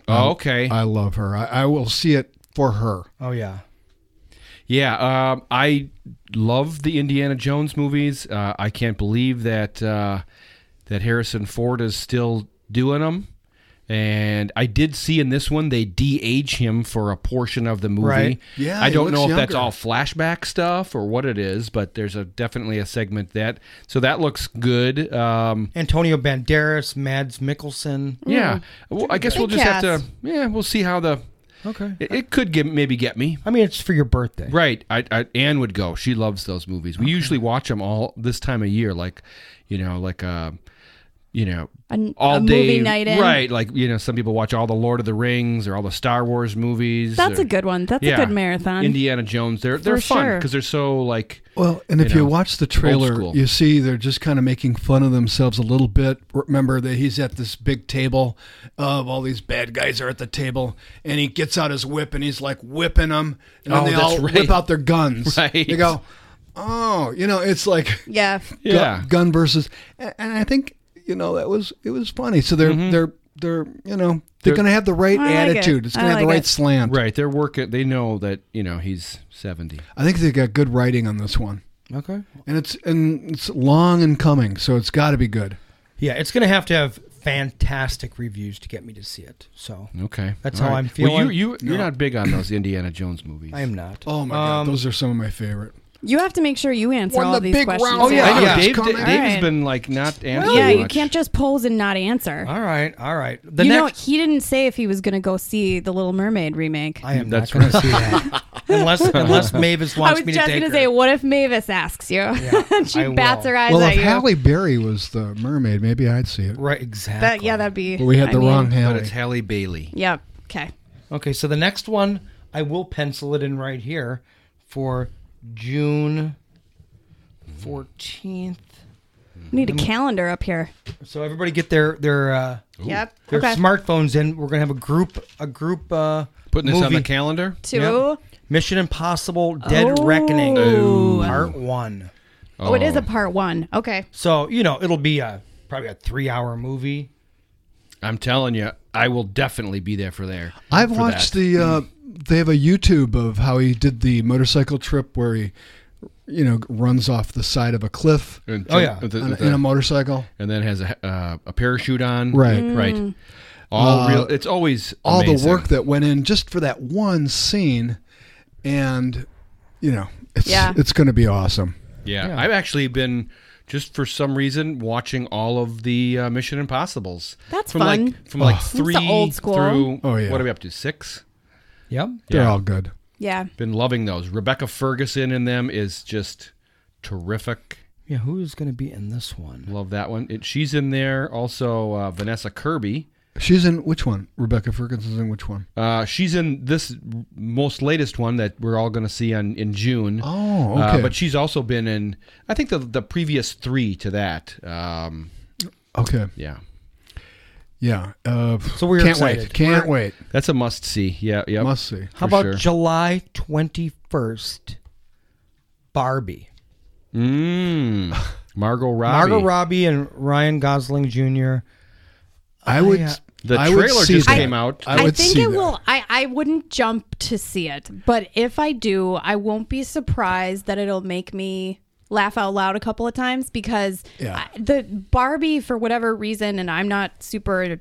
Oh, okay. I love her. I, I will see it for her. Oh yeah. Yeah, um, I love the Indiana Jones movies. Uh, I can't believe that uh, that Harrison Ford is still doing them. And I did see in this one they de-age him for a portion of the movie. Right. Yeah, I he don't know if looks that's younger. all flashback stuff or what it is, but there's a definitely a segment that so that looks good. Um, Antonio Banderas, Mads Mikkelsen. yeah, well, I guess we'll Big just have cast. to. Yeah, we'll see how the. Okay. It, it could get maybe get me. I mean, it's for your birthday. Right. I, I Anne would go. She loves those movies. We usually watch them all this time of year, like you know, like uh, you know, An- all a day movie night in. Right. Like you know, some people watch all the Lord of the Rings or all the Star Wars movies. That's or- a good one. That's yeah, a good marathon. Indiana Jones. They're they're For fun sure. because they're so like. Well, and if you, know, watch the trailer, school. you see they're just kind of making fun of themselves a little bit. Remember that he's at this big table of all these bad guys are at the table, and he gets out his whip and he's like whipping them, and then Oh, they that's all right. whip out their guns. Right. They go, oh, you know, it's like yeah. gu- Yeah. gun, versus, and, and I think you know that was it was funny. So they're they're they're you know Mm-hmm. They're going to have the right I like it. attitude. It's going I to have the like right it. slant. Right, they're working. They know that you know he's seventy. I think they got good writing on this one, Okay. and it's and it's long and coming, so it's got to be good. Yeah, it's gonna have to have fantastic reviews to get me to see it. So Okay, That's All how right. I'm Well, feeling. you you you're not big on those Indiana Jones movies. I am not. Oh my Um, god, those are some of my favorite. You have to make sure you answer When all the these big questions. round- Oh, I know Yeah. Dave. Come Dave on. has Right. been like not answering. yeah, you much. can't just pose and not answer. All right, all right. Uh, The you next, know, he didn't say if he was going to go see the Little Mermaid remake. I am That's not going to see that unless unless Mavis I wants was me just to take gonna her. say, what if Mavis asks you? and she I will. bats her eyes Well, at if you. Halle Berry was the mermaid, maybe I'd see it. right, exactly. that, yeah, that'd be. But we had I the mean, wrong But Halle. it's Halle Bailey. Yeah. Okay. Okay, so the next one I will pencil it in right here for June fourteenth. We need a calendar up here. So everybody get their their uh, Yep. their okay. smartphones in. We're gonna have a group a group uh, Putting this on the movie. calendar. Two. Yep. Mission Impossible: Dead Oh. Reckoning, Ooh. Part One. Oh, it is a part one. Okay. So you know it'll be a probably a three-hour movie. I'm telling you, I will definitely be there for there. I've for watched that. the. Uh, they have a YouTube of how he did the motorcycle trip where he, you know, runs off the side of a cliff And Oh, yeah. with the- on, with in a the- motorcycle. and then has a uh, a parachute on. Right. Mm. right. All Uh, real. It's always All the amazing. work that went in just for that one scene, and you know, it's Yeah. it's going to be awesome. Yeah. Yeah. I've actually been just for some reason watching all of the uh, Mission Impossibles. That's from fun. Like, from like the three old school. through Oh, yeah. what are we up to six? Yep. They're Yeah. all good. Yeah. Been loving those. Rebecca Ferguson in them is just terrific. Yeah. Who's gonna be in this one? Love that one. It, she's in there. Also uh, Vanessa Kirby. She's in which one? Rebecca Ferguson's in which one? Uh, she's in this most latest one that we're all going to see on in June. Oh, Uh, okay. but she's also been in, I think the the previous three to that. Um, Okay, yeah, yeah. Uh, So we're can't excited. wait. Can't We're- wait. that's a must see. Yeah, yeah. Must see. How for about sure. July twenty-first? Barbie. Mm. Margot Robbie. Margot Robbie and Ryan Gosling Jr. I would. uh, The I would trailer see just that. came out. I would think see it that. will. I, I wouldn't jump to see it, but if I do, I won't be surprised that it'll make me laugh out loud a couple of times because Yeah. I- the Barbie, for whatever reason, and I'm not super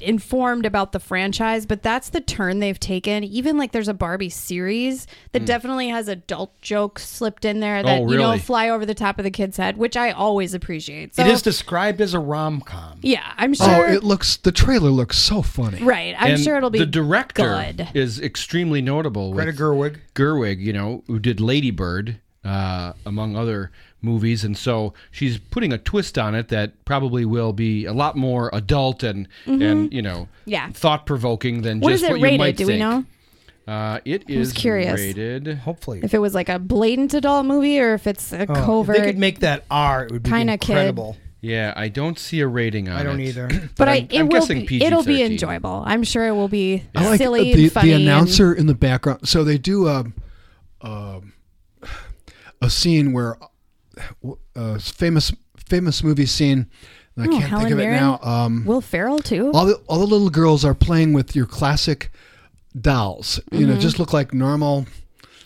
informed about the franchise, but that's the turn they've taken. Even like there's a Barbie series that Hmm. definitely has adult jokes slipped in Oh, there that, you know, really? fly over the top of the kid's head, which I always appreciate. So, It is described as a rom com. yeah, I'm Oh, sure. it looks. The trailer looks so funny. right. I'm And sure it'll be the director good. is extremely notable. Greta with Gerwig. Gerwig, you know, who did Lady Bird, uh, among other movies, and so she's putting a twist on it that probably will be a lot more adult and and you know, Mm-hmm. Yeah. thought provoking than What just is it what you rated? might Do we think. know? Uh, it is curious. rated. Hopefully, if it was like a blatant adult movie or if it's a Oh, if covert. they could make that R, it would be kinda kid. incredible. Yeah, I don't see a rating on it. I don't either. but I, I'm- it I'm will guessing be, it'll be PG-13. enjoyable. I'm sure it will be I uh, like silly the, and funny. the and- announcer in the background. So they do a, um a scene where uh, a famous famous movie scene. and I Oh, can't Helen think of it Mirren? now. Um, Will Ferrell too. Uh, all the all the little girls are playing with your classic dolls. You Mm-hmm. know, just look like normal.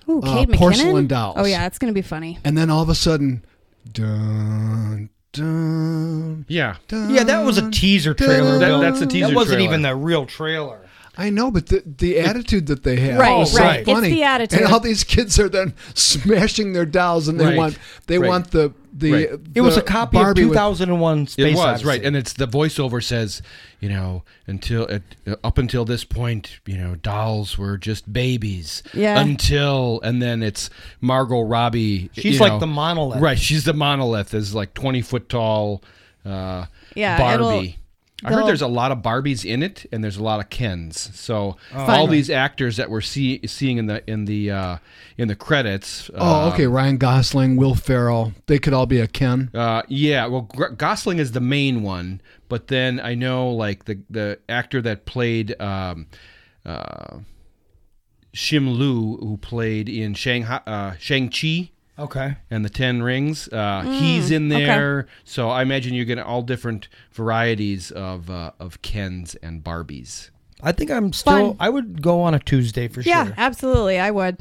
Ooh, uh, Kate McKinnon. porcelain dolls. Oh yeah, it's gonna be funny. And then all of a sudden, dun dun Yeah, dun. Yeah, that was a teaser trailer. That- Bill. that's a teaser That wasn't trailer. even the real trailer. I know, but the, the attitude that they have, Right, is so right. It's funny. the attitude. and all these kids are then smashing their dolls, and they Right, want they right. want the the. Right. It the It was a copy Barbie of with- 2001 Space it was Odyssey. right, and it's the voiceover says, you know, until at, up until this point, you know, dolls were just babies. Yeah. Until and then it's Margot Robbie. She's you like know- the monolith. Right, she's the monolith. Is like twenty foot tall. Uh, Yeah, it'll- Barbie. I heard they'll- there's a lot of Barbies in it, and there's a lot of Kens. So Oh. all these actors that we're see, seeing in the in the uh, in the credits. uh, Oh, okay. Ryan Gosling, Will Ferrell, they could all be a Ken. Uh, yeah, well, Gr- Gosling is the main one, but then I know like the the actor that played um, uh, Shim Lu, who played in Shanghai, uh, Shang Chi Okay. and the Ten Rings, uh, he's in there. So I imagine you're getting all different varieties of uh, of Kens and Barbies. I think I'm still. Fun. I would go on a Tuesday for Yeah, sure. absolutely. I would.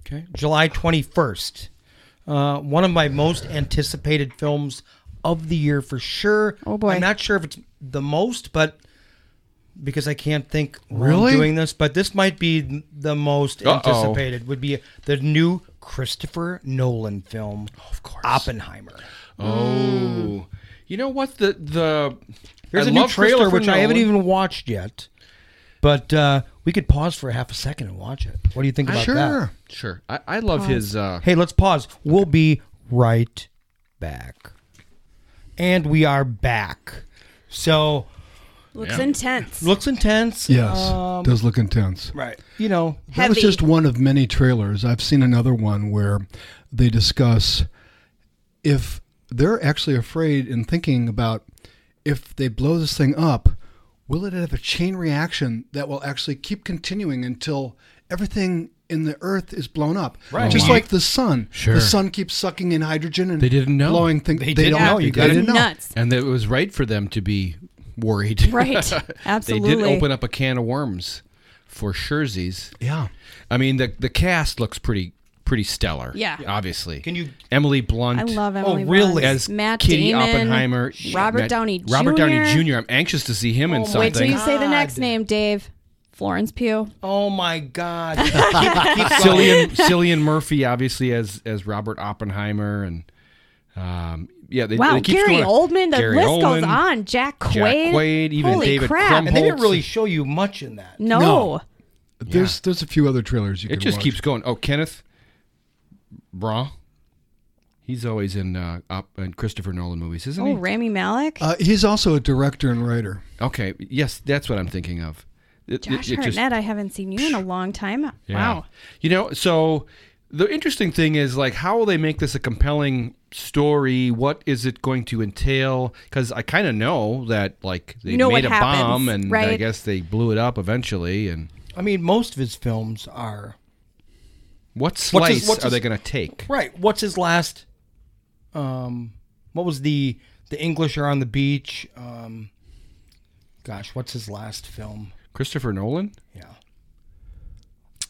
Okay. July 21st. Uh, one of my most anticipated films of the year for sure. Oh, boy. I'm not sure if it's the most, but because I can't think why I'm Really? doing this, but this might be the most Uh-oh. anticipated would be the new Christopher Nolan film, of course, Oppenheimer. Oh, you know what? The the There's a a new trailer which I haven't even watched yet, but uh, we could pause for half a second and watch it. What do you think about sure. that? Sure, I, I love his. Uh, Hey, let's pause. We'll be right back. And we are back. So, Looks intense. looks intense. Yes, Um, does look intense. right. You know, That was Heavy. just one of many trailers. I've seen another one where they discuss if they're actually afraid and thinking about if they blow this thing up, will it have a chain reaction that will actually keep continuing until everything in the earth is blown up? Right. Just wow. like the sun. Sure. The sun keeps sucking in hydrogen and They didn't know. blowing things. They didn't don't know. know. You You guys guys didn't know. Nuts. and it was right for them to be worried. Right. they Absolutely. did open up a can of worms for Scherzies. Yeah. I mean the the cast looks pretty pretty stellar. Yeah. obviously. Can you- Emily Blunt? I love Emily. really? Blunt. as Matt Kitty Damon, Oppenheimer. Robert Matt- Downey Robert Downey Jr. Jr. I'm anxious to see him in Oh, something. wait till you say the next God. name, Dave. Florence Pugh. oh my God. Cillian Cillian Murphy obviously as as Robert Oppenheimer and um yeah they, Wow, it keeps Gary going. Oldman. The Gary list Oldman. goes on. Jack Quaid. Quaid, even Holy David crap. Crump. and they didn't really show you much in that. No. No. There's there's a few other trailers you It could just watch. keeps going. Oh, Kenneth Bra. He's always in uh up in Christopher Nolan movies, isn't Oh, he? Rami Malek. Uh, he's also a director and writer. Okay, yes, that's what I'm thinking of. It- Josh it- it just- Hartnett. I haven't seen you in a long time. Yeah. Wow. You know, so the interesting thing is like how will they make this a compelling story? What is it going to entail? Because I kind of know that like they You know made what a happens, bomb and I right? guess they blew it up eventually. And I mean, most of his films are. what what's slice his- what's are they his- going to take? Right. What's his last? Um, what was the the English are on the beach? Um, gosh, what's his last film? Christopher Nolan. Yeah.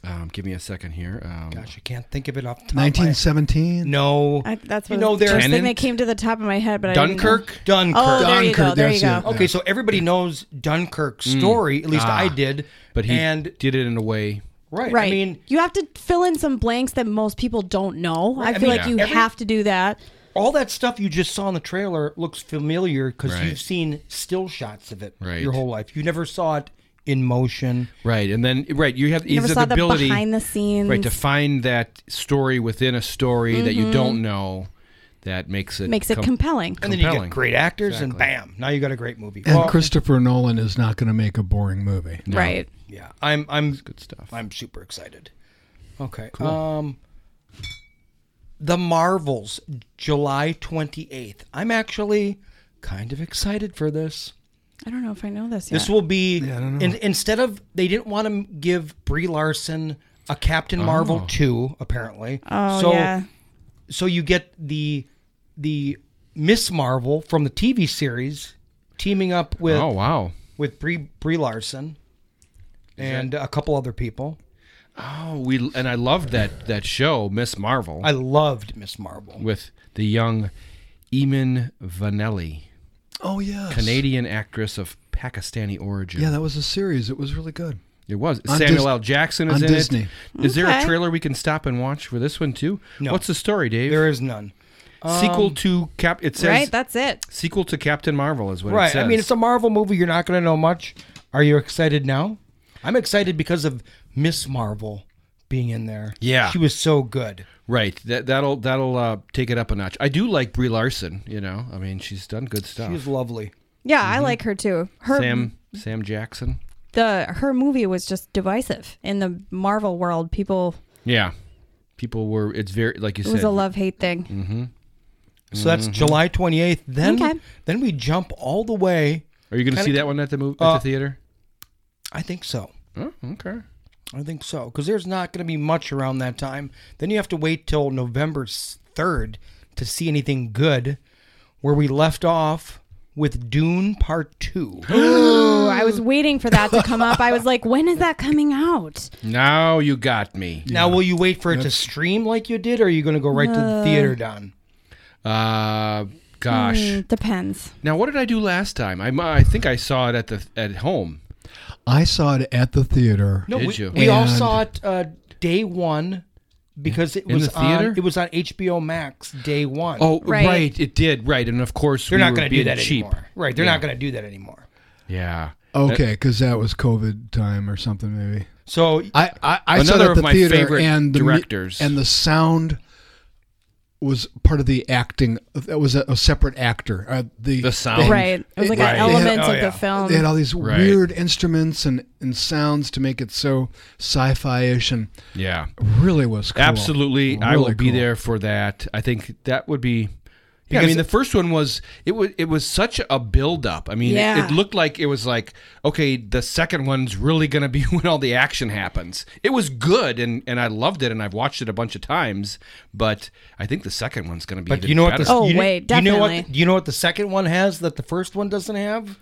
Um, give me a second here. Um, Gosh, I can't think of it off the top of my- 1917. No. I, that's you what know the there. first thing that Tennant? came to the top of my head, but I didn't know. Dunkirk. Dunkirk. Oh, there you go. Dunkirk, There you that's go. it. okay, so everybody knows Dunkirk's story. At least I did. Mm. Ah. But he and did it in a way. right, Right. I mean, you have to fill in some blanks that most people don't know. I I feel mean, like yeah. you every- have to do that. all that stuff you just saw in the trailer looks familiar because Right. you've seen still shots of it Right. your whole life. You never saw it in motion. Right, and then right, you have you Never the saw the ability behind the scenes. right to find that story within a story that you don't know that makes it Mm-hmm. Makes it com- compelling. And then you Compelling. get great actors, and bam, now you got a great movie. And Well, Christopher Nolan is not going to make a boring movie. Right. yeah, I'm, I'm good stuff. I'm super excited. Okay. Um The Marvels, July 28th. I'm actually kind of excited for this. I don't know if I know this yet. This will be in, instead of they didn't want to give Brie Larson a Captain Oh. Marvel 2 apparently. oh, so yeah. so you get the the Miss Marvel from the TV series teaming up with oh wow. with Brie, Brie Larson and a couple other people. Oh, we and I loved that that show, Miss Marvel, I loved Miss Marvel. with the young Eamon Vanelli, Oh yes, Canadian actress of Pakistani origin. Yeah, that was a series. It was really good. it was. On Samuel Dis- L. Jackson is on in Disney. it. Is there a Okay. trailer we can stop and watch for this one too? No. What's the story, Dave? There is none. sequel to Cap. It says Um, right. That's it. sequel to Captain Marvel is what it Right. says. I mean, it's a Marvel movie. You're not going to know much. Are you excited now? I'm excited because of Miss Marvel being in there. Yeah. She was so good. Right. That that'll that'll uh, take it up a notch. I do like Brie Larson. You know, I mean, she's done good stuff. She was lovely. Yeah, I Mm-hmm. like her too. Her Sam Sam Jackson. the her movie was just divisive in the Marvel world. People Yeah. People were. It's very like you it said. was a love hate thing. Mm. So that's Mm-hmm. July 28th. Then Okay. then we jump all the way. Are you going to kinda- see that one at the movie Uh, at the theater? I think so. Oh, okay. I think so because there's not going to be much around that time. Then you have to wait till November 3rd to see anything good. Where we left off with Dune Part Two. Ooh, I was waiting for that to come up. I was like, when is that coming out? Now you got me. Now, will you wait for it to stream like you did, or are you going to go right to the theater, Don? Uh, gosh. Hmm. Mm, depends. Now what did I do last time? I I think I saw it at the at home. I saw it at the theater. No, Did we, you? we all And- saw it uh, day one because it In was the theater? on it was on HBO Max day one. Oh, right. Right. it did. Right, and of course they're we not were going to do being that cheap. anymore. Right, they're not going to do that anymore. Yeah. Okay, because that was COVID time or something, maybe. So I I, I saw Another it of at the my theater favorite and the mu- directors. and the sound was part of the acting. That was a, a separate actor. Uh, the The sound. Right. It was like Right. an element Oh, of yeah. the film. They had all these Right. weird instruments and, and sounds to make it so sci-fi ish and Yeah. really was cool. Absolutely. I Really will be cool. there for that. I think that would be yeah, I mean, Because the it- first one was it was it was such a build up. I mean, it- Yeah. it, looked like it was like okay, the second one's really going to be when all the action happens. It was good and and I loved it and I've watched it a bunch of times, but I think the second one's going to be. But even you know what? better. The, Oh, you, wait, you know what? definitely. You know what the second one has that the first one doesn't have?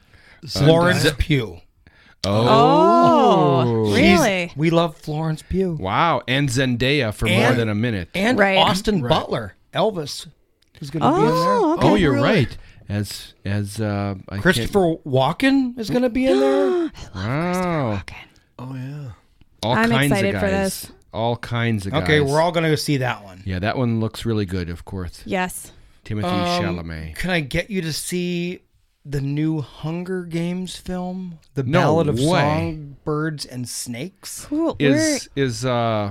Florence Pugh. oh, She's- really? we love Florence Pugh wow, and Zendaya for more And- than a minute. and Right. Austin Butler, Elvis, is going to be in there. Oh, okay. oh, you're really? right. As as uh, I can't- Christopher Walken is going to be in there. Wow. Oh yeah. All I'm kinds excited of for guys. this. All kinds of guys. okay, we're all going to go see that one. Yeah, that one looks really good. Of course, Yes. Timothy Um, Chalamet. Can I get you to see the new Hunger Games film, The No Ballad of way. Songbirds and Snakes? Cool. We're- Is is uh,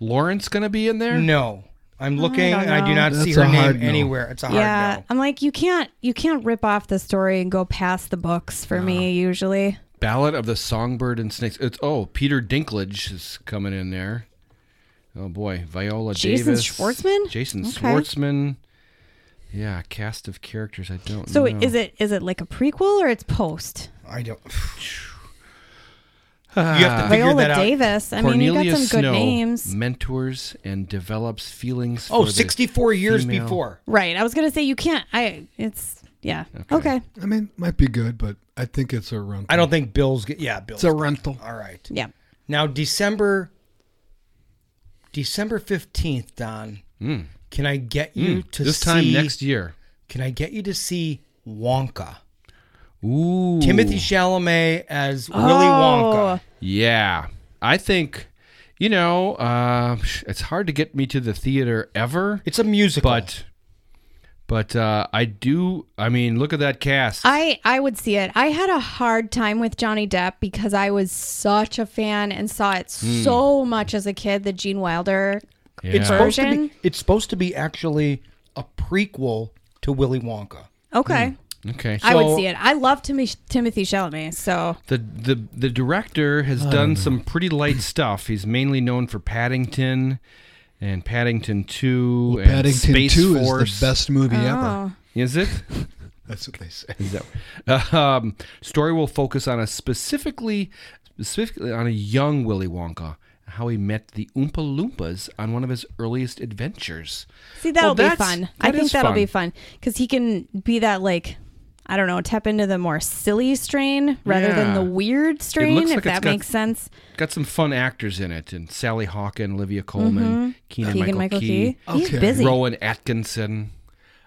Lawrence gonna be in there? No, I'm looking don't and I do know. not see That's her a name hard no. anywhere. It's a hard yeah, no. I'm like you can't you can't rip off the story and go past the books for me usually. Ballad of the Songbird and Snakes. It's oh, Peter Dinklage is coming in there. Oh boy, Viola Jason Davis. Schwartzman? Jason Okay. Schwartzman. Yeah, cast of characters I don't So know. is it is it like a prequel or it's post? I don't. you have to figure Ah. Viola that out. Davis. I mean, you got some Cornelius good Snow Mm. names. mentors and develops feelings. Oh, for the 64 years female- before. Right. I was gonna say you can't. I. It's yeah. Okay. I mean, might be good, but I think it's a rental. I don't think Bill's. Get, yeah, Bill's. It's a rental. all right. Yeah. Now December. December fifteenth, Don. Can I get you to Hmm. This see, time next year. Can I get you to see Wonka? Ooh, Timothy Chalamet as Willy Oh. Wonka. Yeah, I think you know uh, it's hard to get me to the theater ever, It's a musical. but but uh, I do. I mean, look at that cast. I I would see it. I had a hard time with Johnny Depp because I was such a fan and saw it so much as a kid. The Gene Wilder. it's Yeah. supposed to be. Version? It's supposed to be actually a prequel to Willy Wonka. Okay. okay. I would So- see it. I love Tim- Timothy Chalamet. So The, the the director has done some pretty light stuff. He's mainly known for Paddington and Paddington Two and Paddington Space Two Force. is the best movie ever. Oh. Is it? That's what they say. Is that- um, story will focus on a specifically, specifically on a young Willy Wonka, how he met the Oompa Loompas on one of his earliest adventures. See, that'll be that's- fun. that I think is that'll fun. be fun because he can be that like. I don't know, tap into the more silly strain rather Yeah. than the weird strain, looks if like it's that got- makes sense. Got some fun actors in it, and Sally Hawken, Olivia Coleman, Keenan Mm-hmm. Keegan Michael Michael Key, Key. He's Okay. busy. Rowan Atkinson.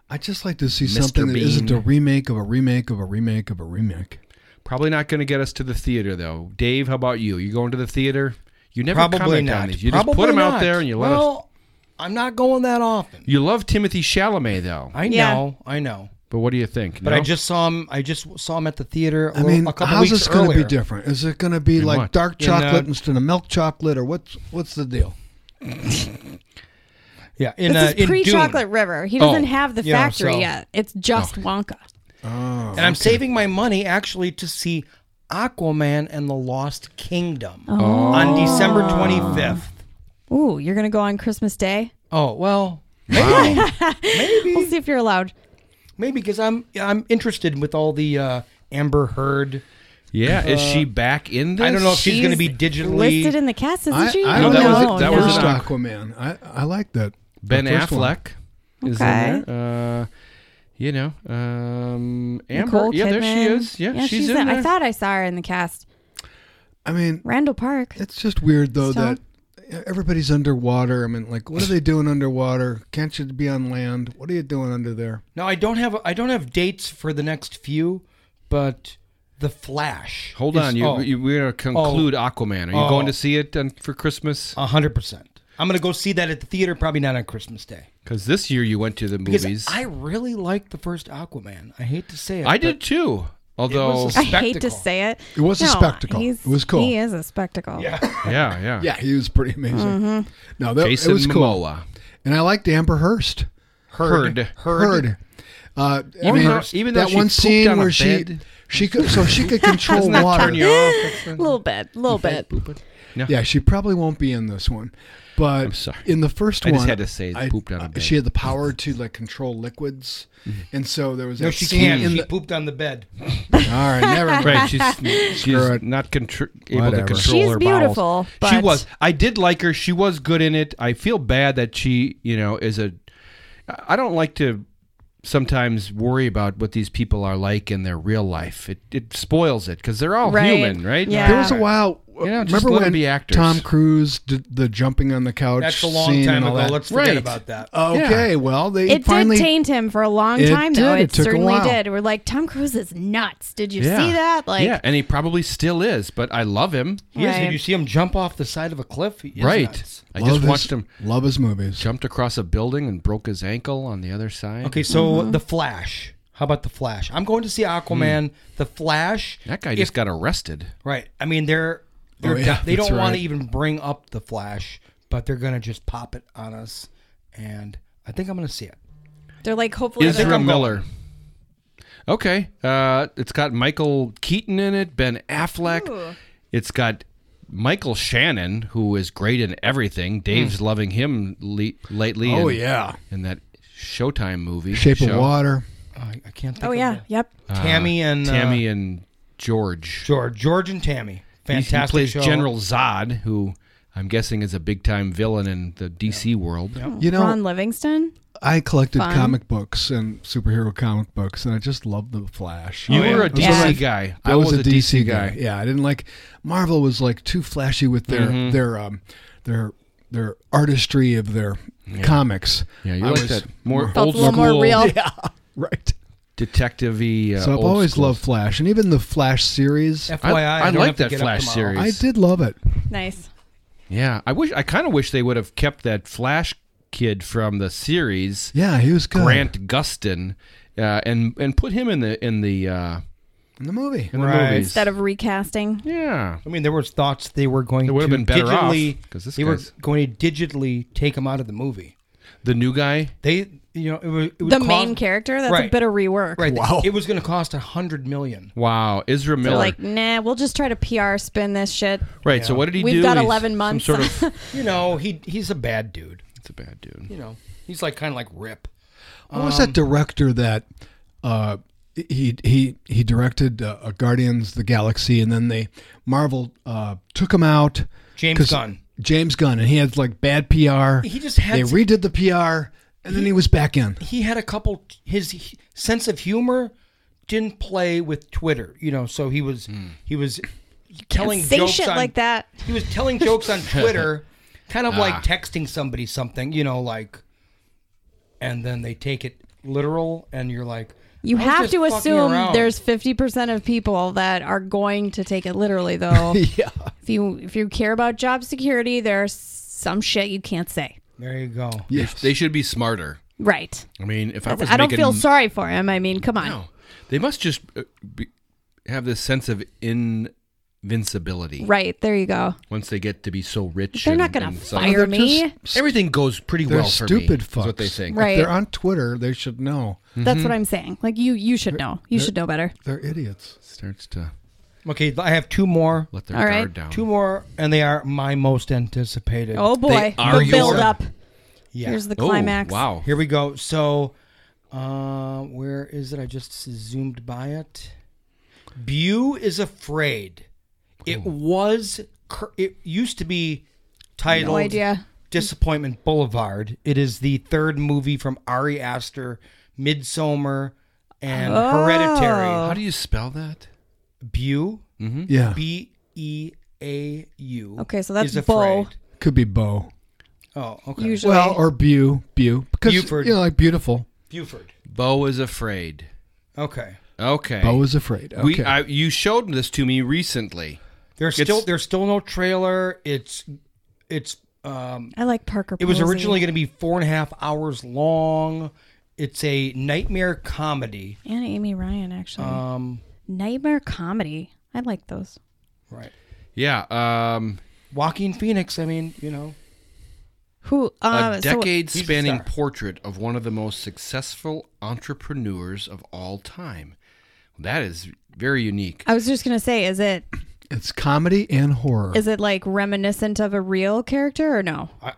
I just like to see something that Bean. isn't a remake of a remake of a remake of a remake. Probably not going to get us to the theater though. Dave, how about you? You going to the theater? You never Probably comment not. on these. You Probably just put them out not. there and you let us. Well, I'm not going that often. You love Timothy Chalamet though, I Yeah. know, I know. but what do you think? But I No? just saw him. I just saw him at the theater. A I little- mean, a couple weeks how's this going to earlier. be different? Is it going to be like what? dark In, uh, chocolate instead of milk chocolate, or what's what's the deal? Yeah, in, this uh, in is pre Chocolate Dune. River. He doesn't Oh, have the yeah, factory so- yet. It's just Wonka. Oh, and I'm saving my money actually to see Aquaman and the Lost Kingdom Oh. on December 25th. Ooh, you're gonna go on Christmas Day? Oh well, We'll see if you're allowed. maybe because I'm I'm interested with all the uh, Amber Heard. yeah, is she back in this? uh, I don't know if she's going to be She's digitally listed in the cast, isn't she? I, I No, don't that know. was- that no. was first an awkward- Aquaman. I I like that. Ben The first one. Affleck is in there. Uh, You know, um, Amber. Nicole yeah, there she Kidman. is. Yeah, she's, in in- there. I thought I saw her in the cast. I mean, Randall Park. it's just weird though Stone? that everybody's underwater. I mean, like, what are they doing underwater? Can't you be on land? What are you doing under there? Now I don't have I don't have dates for the next few, but the Flash. Hold is- on, you, oh, you, we're gonna conclude Aquaman. Are you Oh. Uh. going to see it on, for Christmas? a hundred percent. I'm gonna go see that at the theater. Probably not on Christmas Day Because this year you went to the because movies. I really liked the first Aquaman. I hate to say it. I but did too. Although, was a I hate to spectacle. say it. It was a spectacle. he's- It was cool. He is a spectacle. yeah, yeah, Yeah, he was pretty amazing. Mm-hmm. No, that Jason it was cool, Momoa. and I liked Amber Hearst. Heard. Heard. Uh, I Even mean, her- even though that she one pooped scene on a where she bed? she could so she could control water. Turn you off. A little bit, a little bit. Yeah, she probably won't be in this one, but sorry. in the first I one, just had to say pooped on a bed. Mm-hmm. She had the power to like control liquids, and so there was No, that she scene can't. in She the- pooped on the bed. all right, never mind. Right, she's, she's it. not contr- able Whatever. to control She's her beautiful, bowels. but She was. I did like her. She was good in it. I feel bad that she, you know, is a. I don't like to sometimes worry about what these people are like in their real life. It it spoils it because they're all Right. human, right? Yeah. There was a while. Yeah, just remember let 'em when be actors. Tom Cruise did the jumping on the couch? That's a long scene time and all ago. That. Let's forget Right. about that. Okay, well they It finally did taint him for a long It time, though. did. It It, took a certainly while. did. We're like, Tom Cruise is nuts. Did you Yeah. see that? Like, yeah, and he probably still is, but I love him. Yes, Right. did you see him jump off the side of a cliff? He is right. nuts. I love just his- watched him Love his movies. jumped across a building and broke his ankle on the other side. Okay, so Mm-hmm. the Flash. How about the Flash? I'm going to see Aquaman. The Flash. Hmm. That guy just got arrested. Right. I mean, they're, they're Oh, yeah, they that's don't want to right. even bring up the Flash, but they're gonna just pop it on us, and I think I'm gonna see it. they're like, hopefully, they're- Israel Miller. Okay. Uh, it's got Michael Keaton in it, Ben Affleck. Ooh. It's got Michael Shannon, who is great in Hmm. everything. Dave's loving him le- lately. Oh in- yeah, In that Showtime movie. Shape show. of Water. I, I can't. Think oh of yeah, the- yep. Tammy and Uh, Tammy uh, and George. George, George and Tammy. He- Fantastic he plays show. General Zod, who I'm guessing is a big time villain in the DC world. You know, Ron Livingston. I collected Fun. comic books and superhero comic books, and I just loved the Flash. You were a It was DC Oh, Yeah. guy. I Bill was, a DC, guy. Yeah, I didn't like Marvel was like too flashy with their Mm-hmm. their um their their artistry of their comics. Yeah, you I like was- that more Felt old a little school, more real. right. detective-y. Uh, So I've old always school loved Flash, and even the Flash series. FYI, I, I, I don't have like to that get up Flash tomorrow. series. I did love it. Nice. Yeah, I wish. I kind of wish they would have kept that Flash kid from the series, Yeah, he was good Grant Gustin, uh, and and put him in the in the uh, in the movie. in the Right. movies. Instead of recasting, yeah, I mean, there was thoughts they were going It to would've been better off, digitally 'cause this they were guy's- going to digitally take him out of the movie. the new guy. They, you know, it was it would the cost- main character. That's a Right. bit of rework. Right. Wow. It was going to cost a hundred million. Wow, Ezra They're Miller. like, nah, we'll just try to PR spin this shit. right. So what did he We've do? got He's 11 some months. Sort of. You know, he he's a bad dude. it's a bad dude. You know, he's like kind of like Rip. What was Um, that director that uh, he he he directed uh, uh, Guardians of the Galaxy, and then they Marvel uh, took him out. James 'cause- Gunn. James Gunn, and he had like bad PR. He just had they to- redid the PR, and then he was back in. He had a couple. His h- sense of humor didn't play with Twitter. You know, so he was he was telling say jokes shit on- like that. He was telling jokes on Twitter, kind of like texting somebody something. You know, like, and then they take it literal, and you're like, You I was have just to fucking assume around. there's 50% of people that are going to take it literally though. Yeah, if you if you care about job security, there's some shit you can't say. There you go. yes. They should be smarter. Right. I mean, if I was I don't making- feel sorry for him. I mean, come on. No, they must just uh, be, have this sense of invincibility. Right. There you go. Once they get to be so rich, They're and- not going and to so- fire me. Everything goes pretty They're well for me, stupid is what fucks. they think. Right. If they're on Twitter, they should know Mm-hmm. That's what I'm saying. Like you you should know. You should know better. they're idiots. Starts to Okay, I have two more. let their All guard right. down. Two more, and they are my most anticipated. Oh boy. are The your- build up. yeah. Here's the Oh, climax. wow. Here we go. So, uh, where is it? I just zoomed by it. Bew is afraid. It was. cur- It used to be titled No idea. Disappointment Boulevard. It is the third movie from Ari Aster, Midsummer, and Oh. Hereditary. How do you spell that? Bu Yeah. B E A U. Okay, so that's is Bo. afraid. Could be Bo. Oh, okay. Usually, Well, or Bew. Bew. Because, Buford. you know, like beautiful. Buford. Bo is afraid. Okay. Okay. Bo is afraid. Okay. We I, you showed this to me recently. There's still there's still no trailer. It's it's um I like Parker. it was Posey. originally going to be four and a half hours long. It's a nightmare comedy. and Amy Ryan actually Um, nightmare comedy. I like those. right. Yeah. Um, Joaquin Phoenix. I mean, you know, Who uh, a so- decade-spanning star. portrait of one of the most successful entrepreneurs of all time. That is very unique. I was just gonna say, is it it's comedy and horror. is it like reminiscent of a real character or no? I,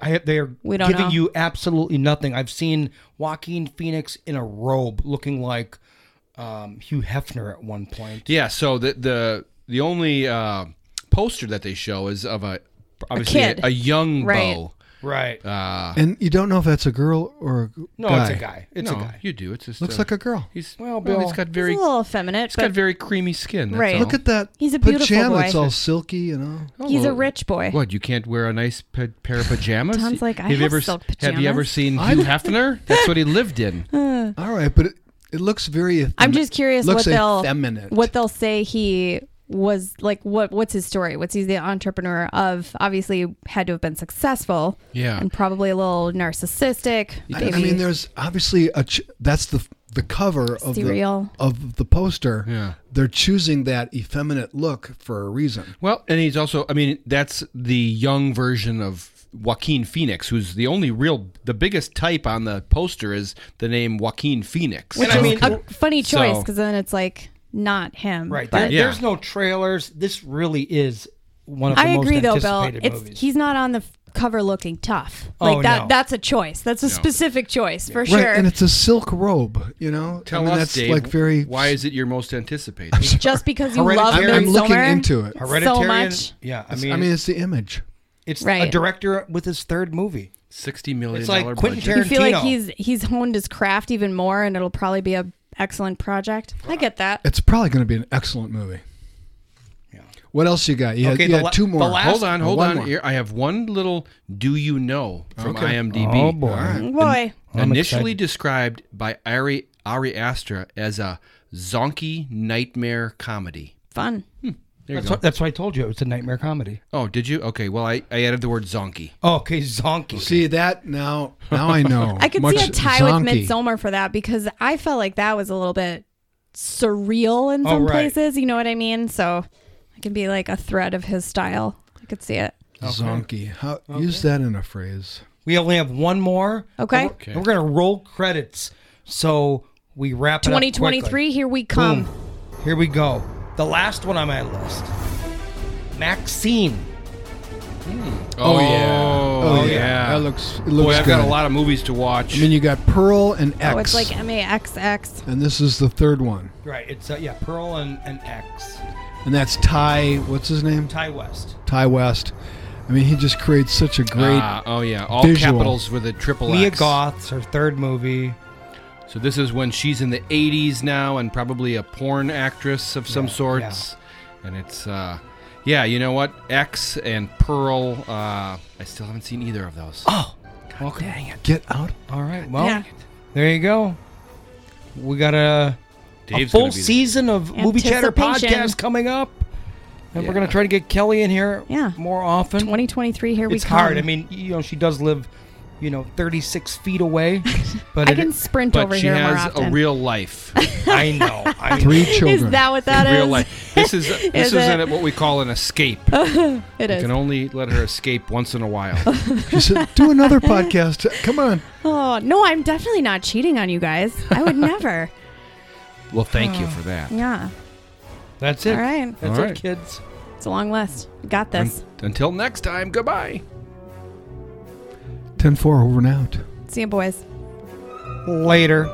I, they are We don't giving know. you absolutely nothing. I've seen Joaquin Phoenix in a robe, looking like um, Hugh Hefner at one point. Yeah. So the the the only uh, poster that they show is of a obviously kid. a, young Right. Bo. Right. and you don't know if that's a girl or a no, it's a Uh, guy. It's no, a guy. you do. It's just Looks like a girl. He's Well, well, Bill- he's got very He's a little effeminate, he's but got very creamy skin. That's Right. all. Look at that. He's a beautiful pajama. boy. It's all silky and all. he's a well, rich boy. What you can't wear a nice pa- pair of pajamas? Sounds like I you have ever, silk Have you ever pajamas. Uh. seen Hugh Hefner? That's what he lived in. All right, but it, it looks very. effemi- I'm just curious looks what they'll effeminate. what they'll say he was like what what's his story? What's he the entrepreneur of? Obviously had to have been successful. Yeah. And probably a little narcissistic. I, maybe. I mean, there's obviously a. Ch- that's the the cover of Cereal. the of the poster. Yeah. they're choosing that effeminate look for a reason. Well, and he's also I mean that's the young version of Joaquin Phoenix, who's the only real the biggest type on the poster is the name Joaquin Phoenix. which I is mean- a funny choice So- because then it's like not him. Right. But There, Yeah. There's no trailers. This really is one of the I most agree though, Bill. anticipated It's movies. he's not on the f- cover looking tough. Oh, Like that no. that's a choice. That's a specific choice for Right, sure. and it's a silk robe. You know, Tell I mean, us, that's Dave, like very. why is it your most anticipated? just because you Hereditary- love I'm, Mary I'm looking Midsommar, into it. Hereditary and- much. Yeah, I I mean, mean, it's the image. it's a Right. director with his third movie. Sixty million It's like dollar Quentin budget. Tarantino. I feel like he's he's honed his craft even more, and it'll probably be a excellent project. I get that. It's probably going to be an excellent movie. Yeah. What else you got? You had, Okay, you the had la- two more. the last- Hold on, Oh, hold one on. more. Here, I have one little do you know from Okay. Oh, IMDb. Boy, I'm Initially excited. described by Ari Ari Aster as a zonky nightmare comedy. fun. Hmm. There you That's go. what, that's why I told you. It's a nightmare comedy. Oh, did you? Okay. Well, I, I added the word zonky. Okay, zonky. See that now? Now I know. I could Much see a tie zonky. with Midsummer for that because I felt like that was a little bit surreal in Oh, some right. places. You know what I mean? So it can be like a thread of his style. I could see uh, it. Zonky. How use that in a phrase? We only have one more. Okay. And we're, and we're gonna roll credits. So we wrap it up quickly. 2023, here we come. Boom. Here we go. The last one on my list. Maxine. Oh, yeah. Oh, yeah. that looks. It looks Boy, I've good. got a lot of movies to watch. I mean, you got Pearl and X, Oh, it's like MAXX. and this is the third one, Right. It's uh, yeah, Pearl and, and X. and that's Ty. What's his name? Ty West. Ty West. I mean, he just creates such a great. Ah, oh yeah, all Visual. capitals with a triple Mia X. Goth's her third movie. So this is when she's in the 80s now and probably a porn actress of some sorts. And it's uh yeah, you know what? X and Pearl uh I still haven't seen either of those. Okay. Get out. All right. Oh. Well, Yeah. there you go. We got a, a Dave's full gonna be the- season of Movie Chatter Anticipation. podcast coming up, and we're Yeah. gonna try to get Kelly in here Yeah. more often. 2023, here we it's come. hard. I mean, you know, she does live, you know, 36 feet away, but I it- can sprint But over she here more has often. a real life. I know. I know. Three is children. that what that is? real life. This is this is it? Oh. an, what we call an escape. It You is. can only let her escape once in a while. She said, "Do another podcast. Come on." Oh, no, I'm definitely not cheating on you guys. I would never. Well, thank Oh. you for that. Yeah. That's it. All right. That's All it, right. kids. It's a long list. We got this. Un- until next time, goodbye. Ten four over and out. See you, boys. Later.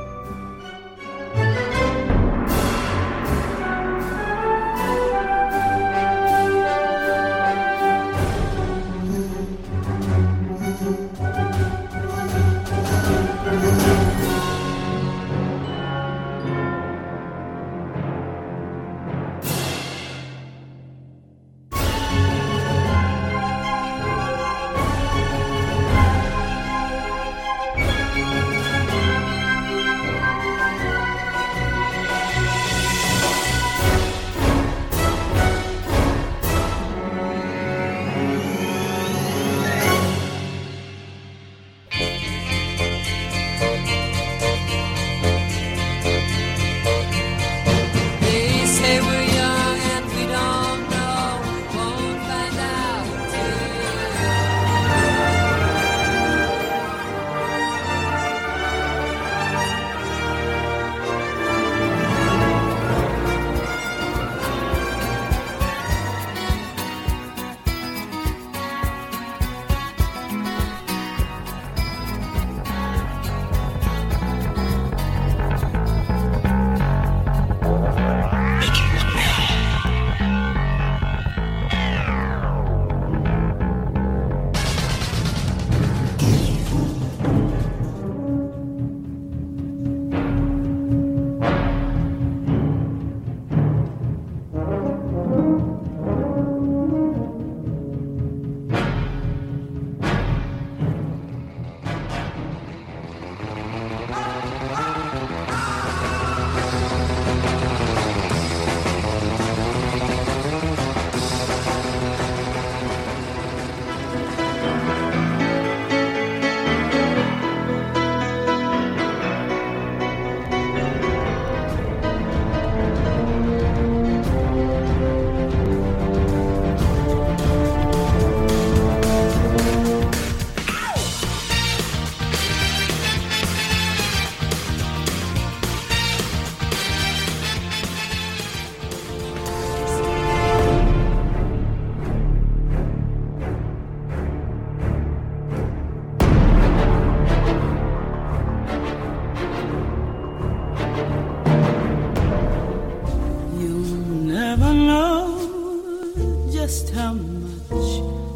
just how much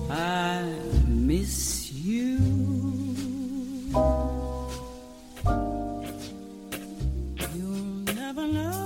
I miss you. You'll never know.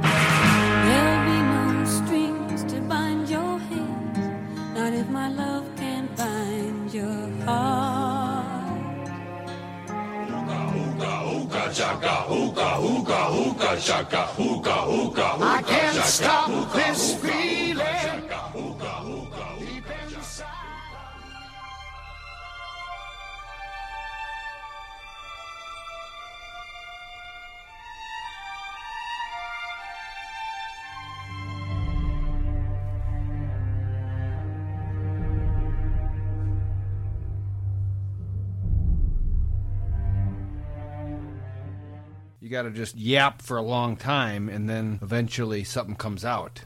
There'll be no strings to bind your hands, not if my love can bind your heart. I can't stop this feeling. Deep inside. You got to just yap for a long time, and then eventually something comes out.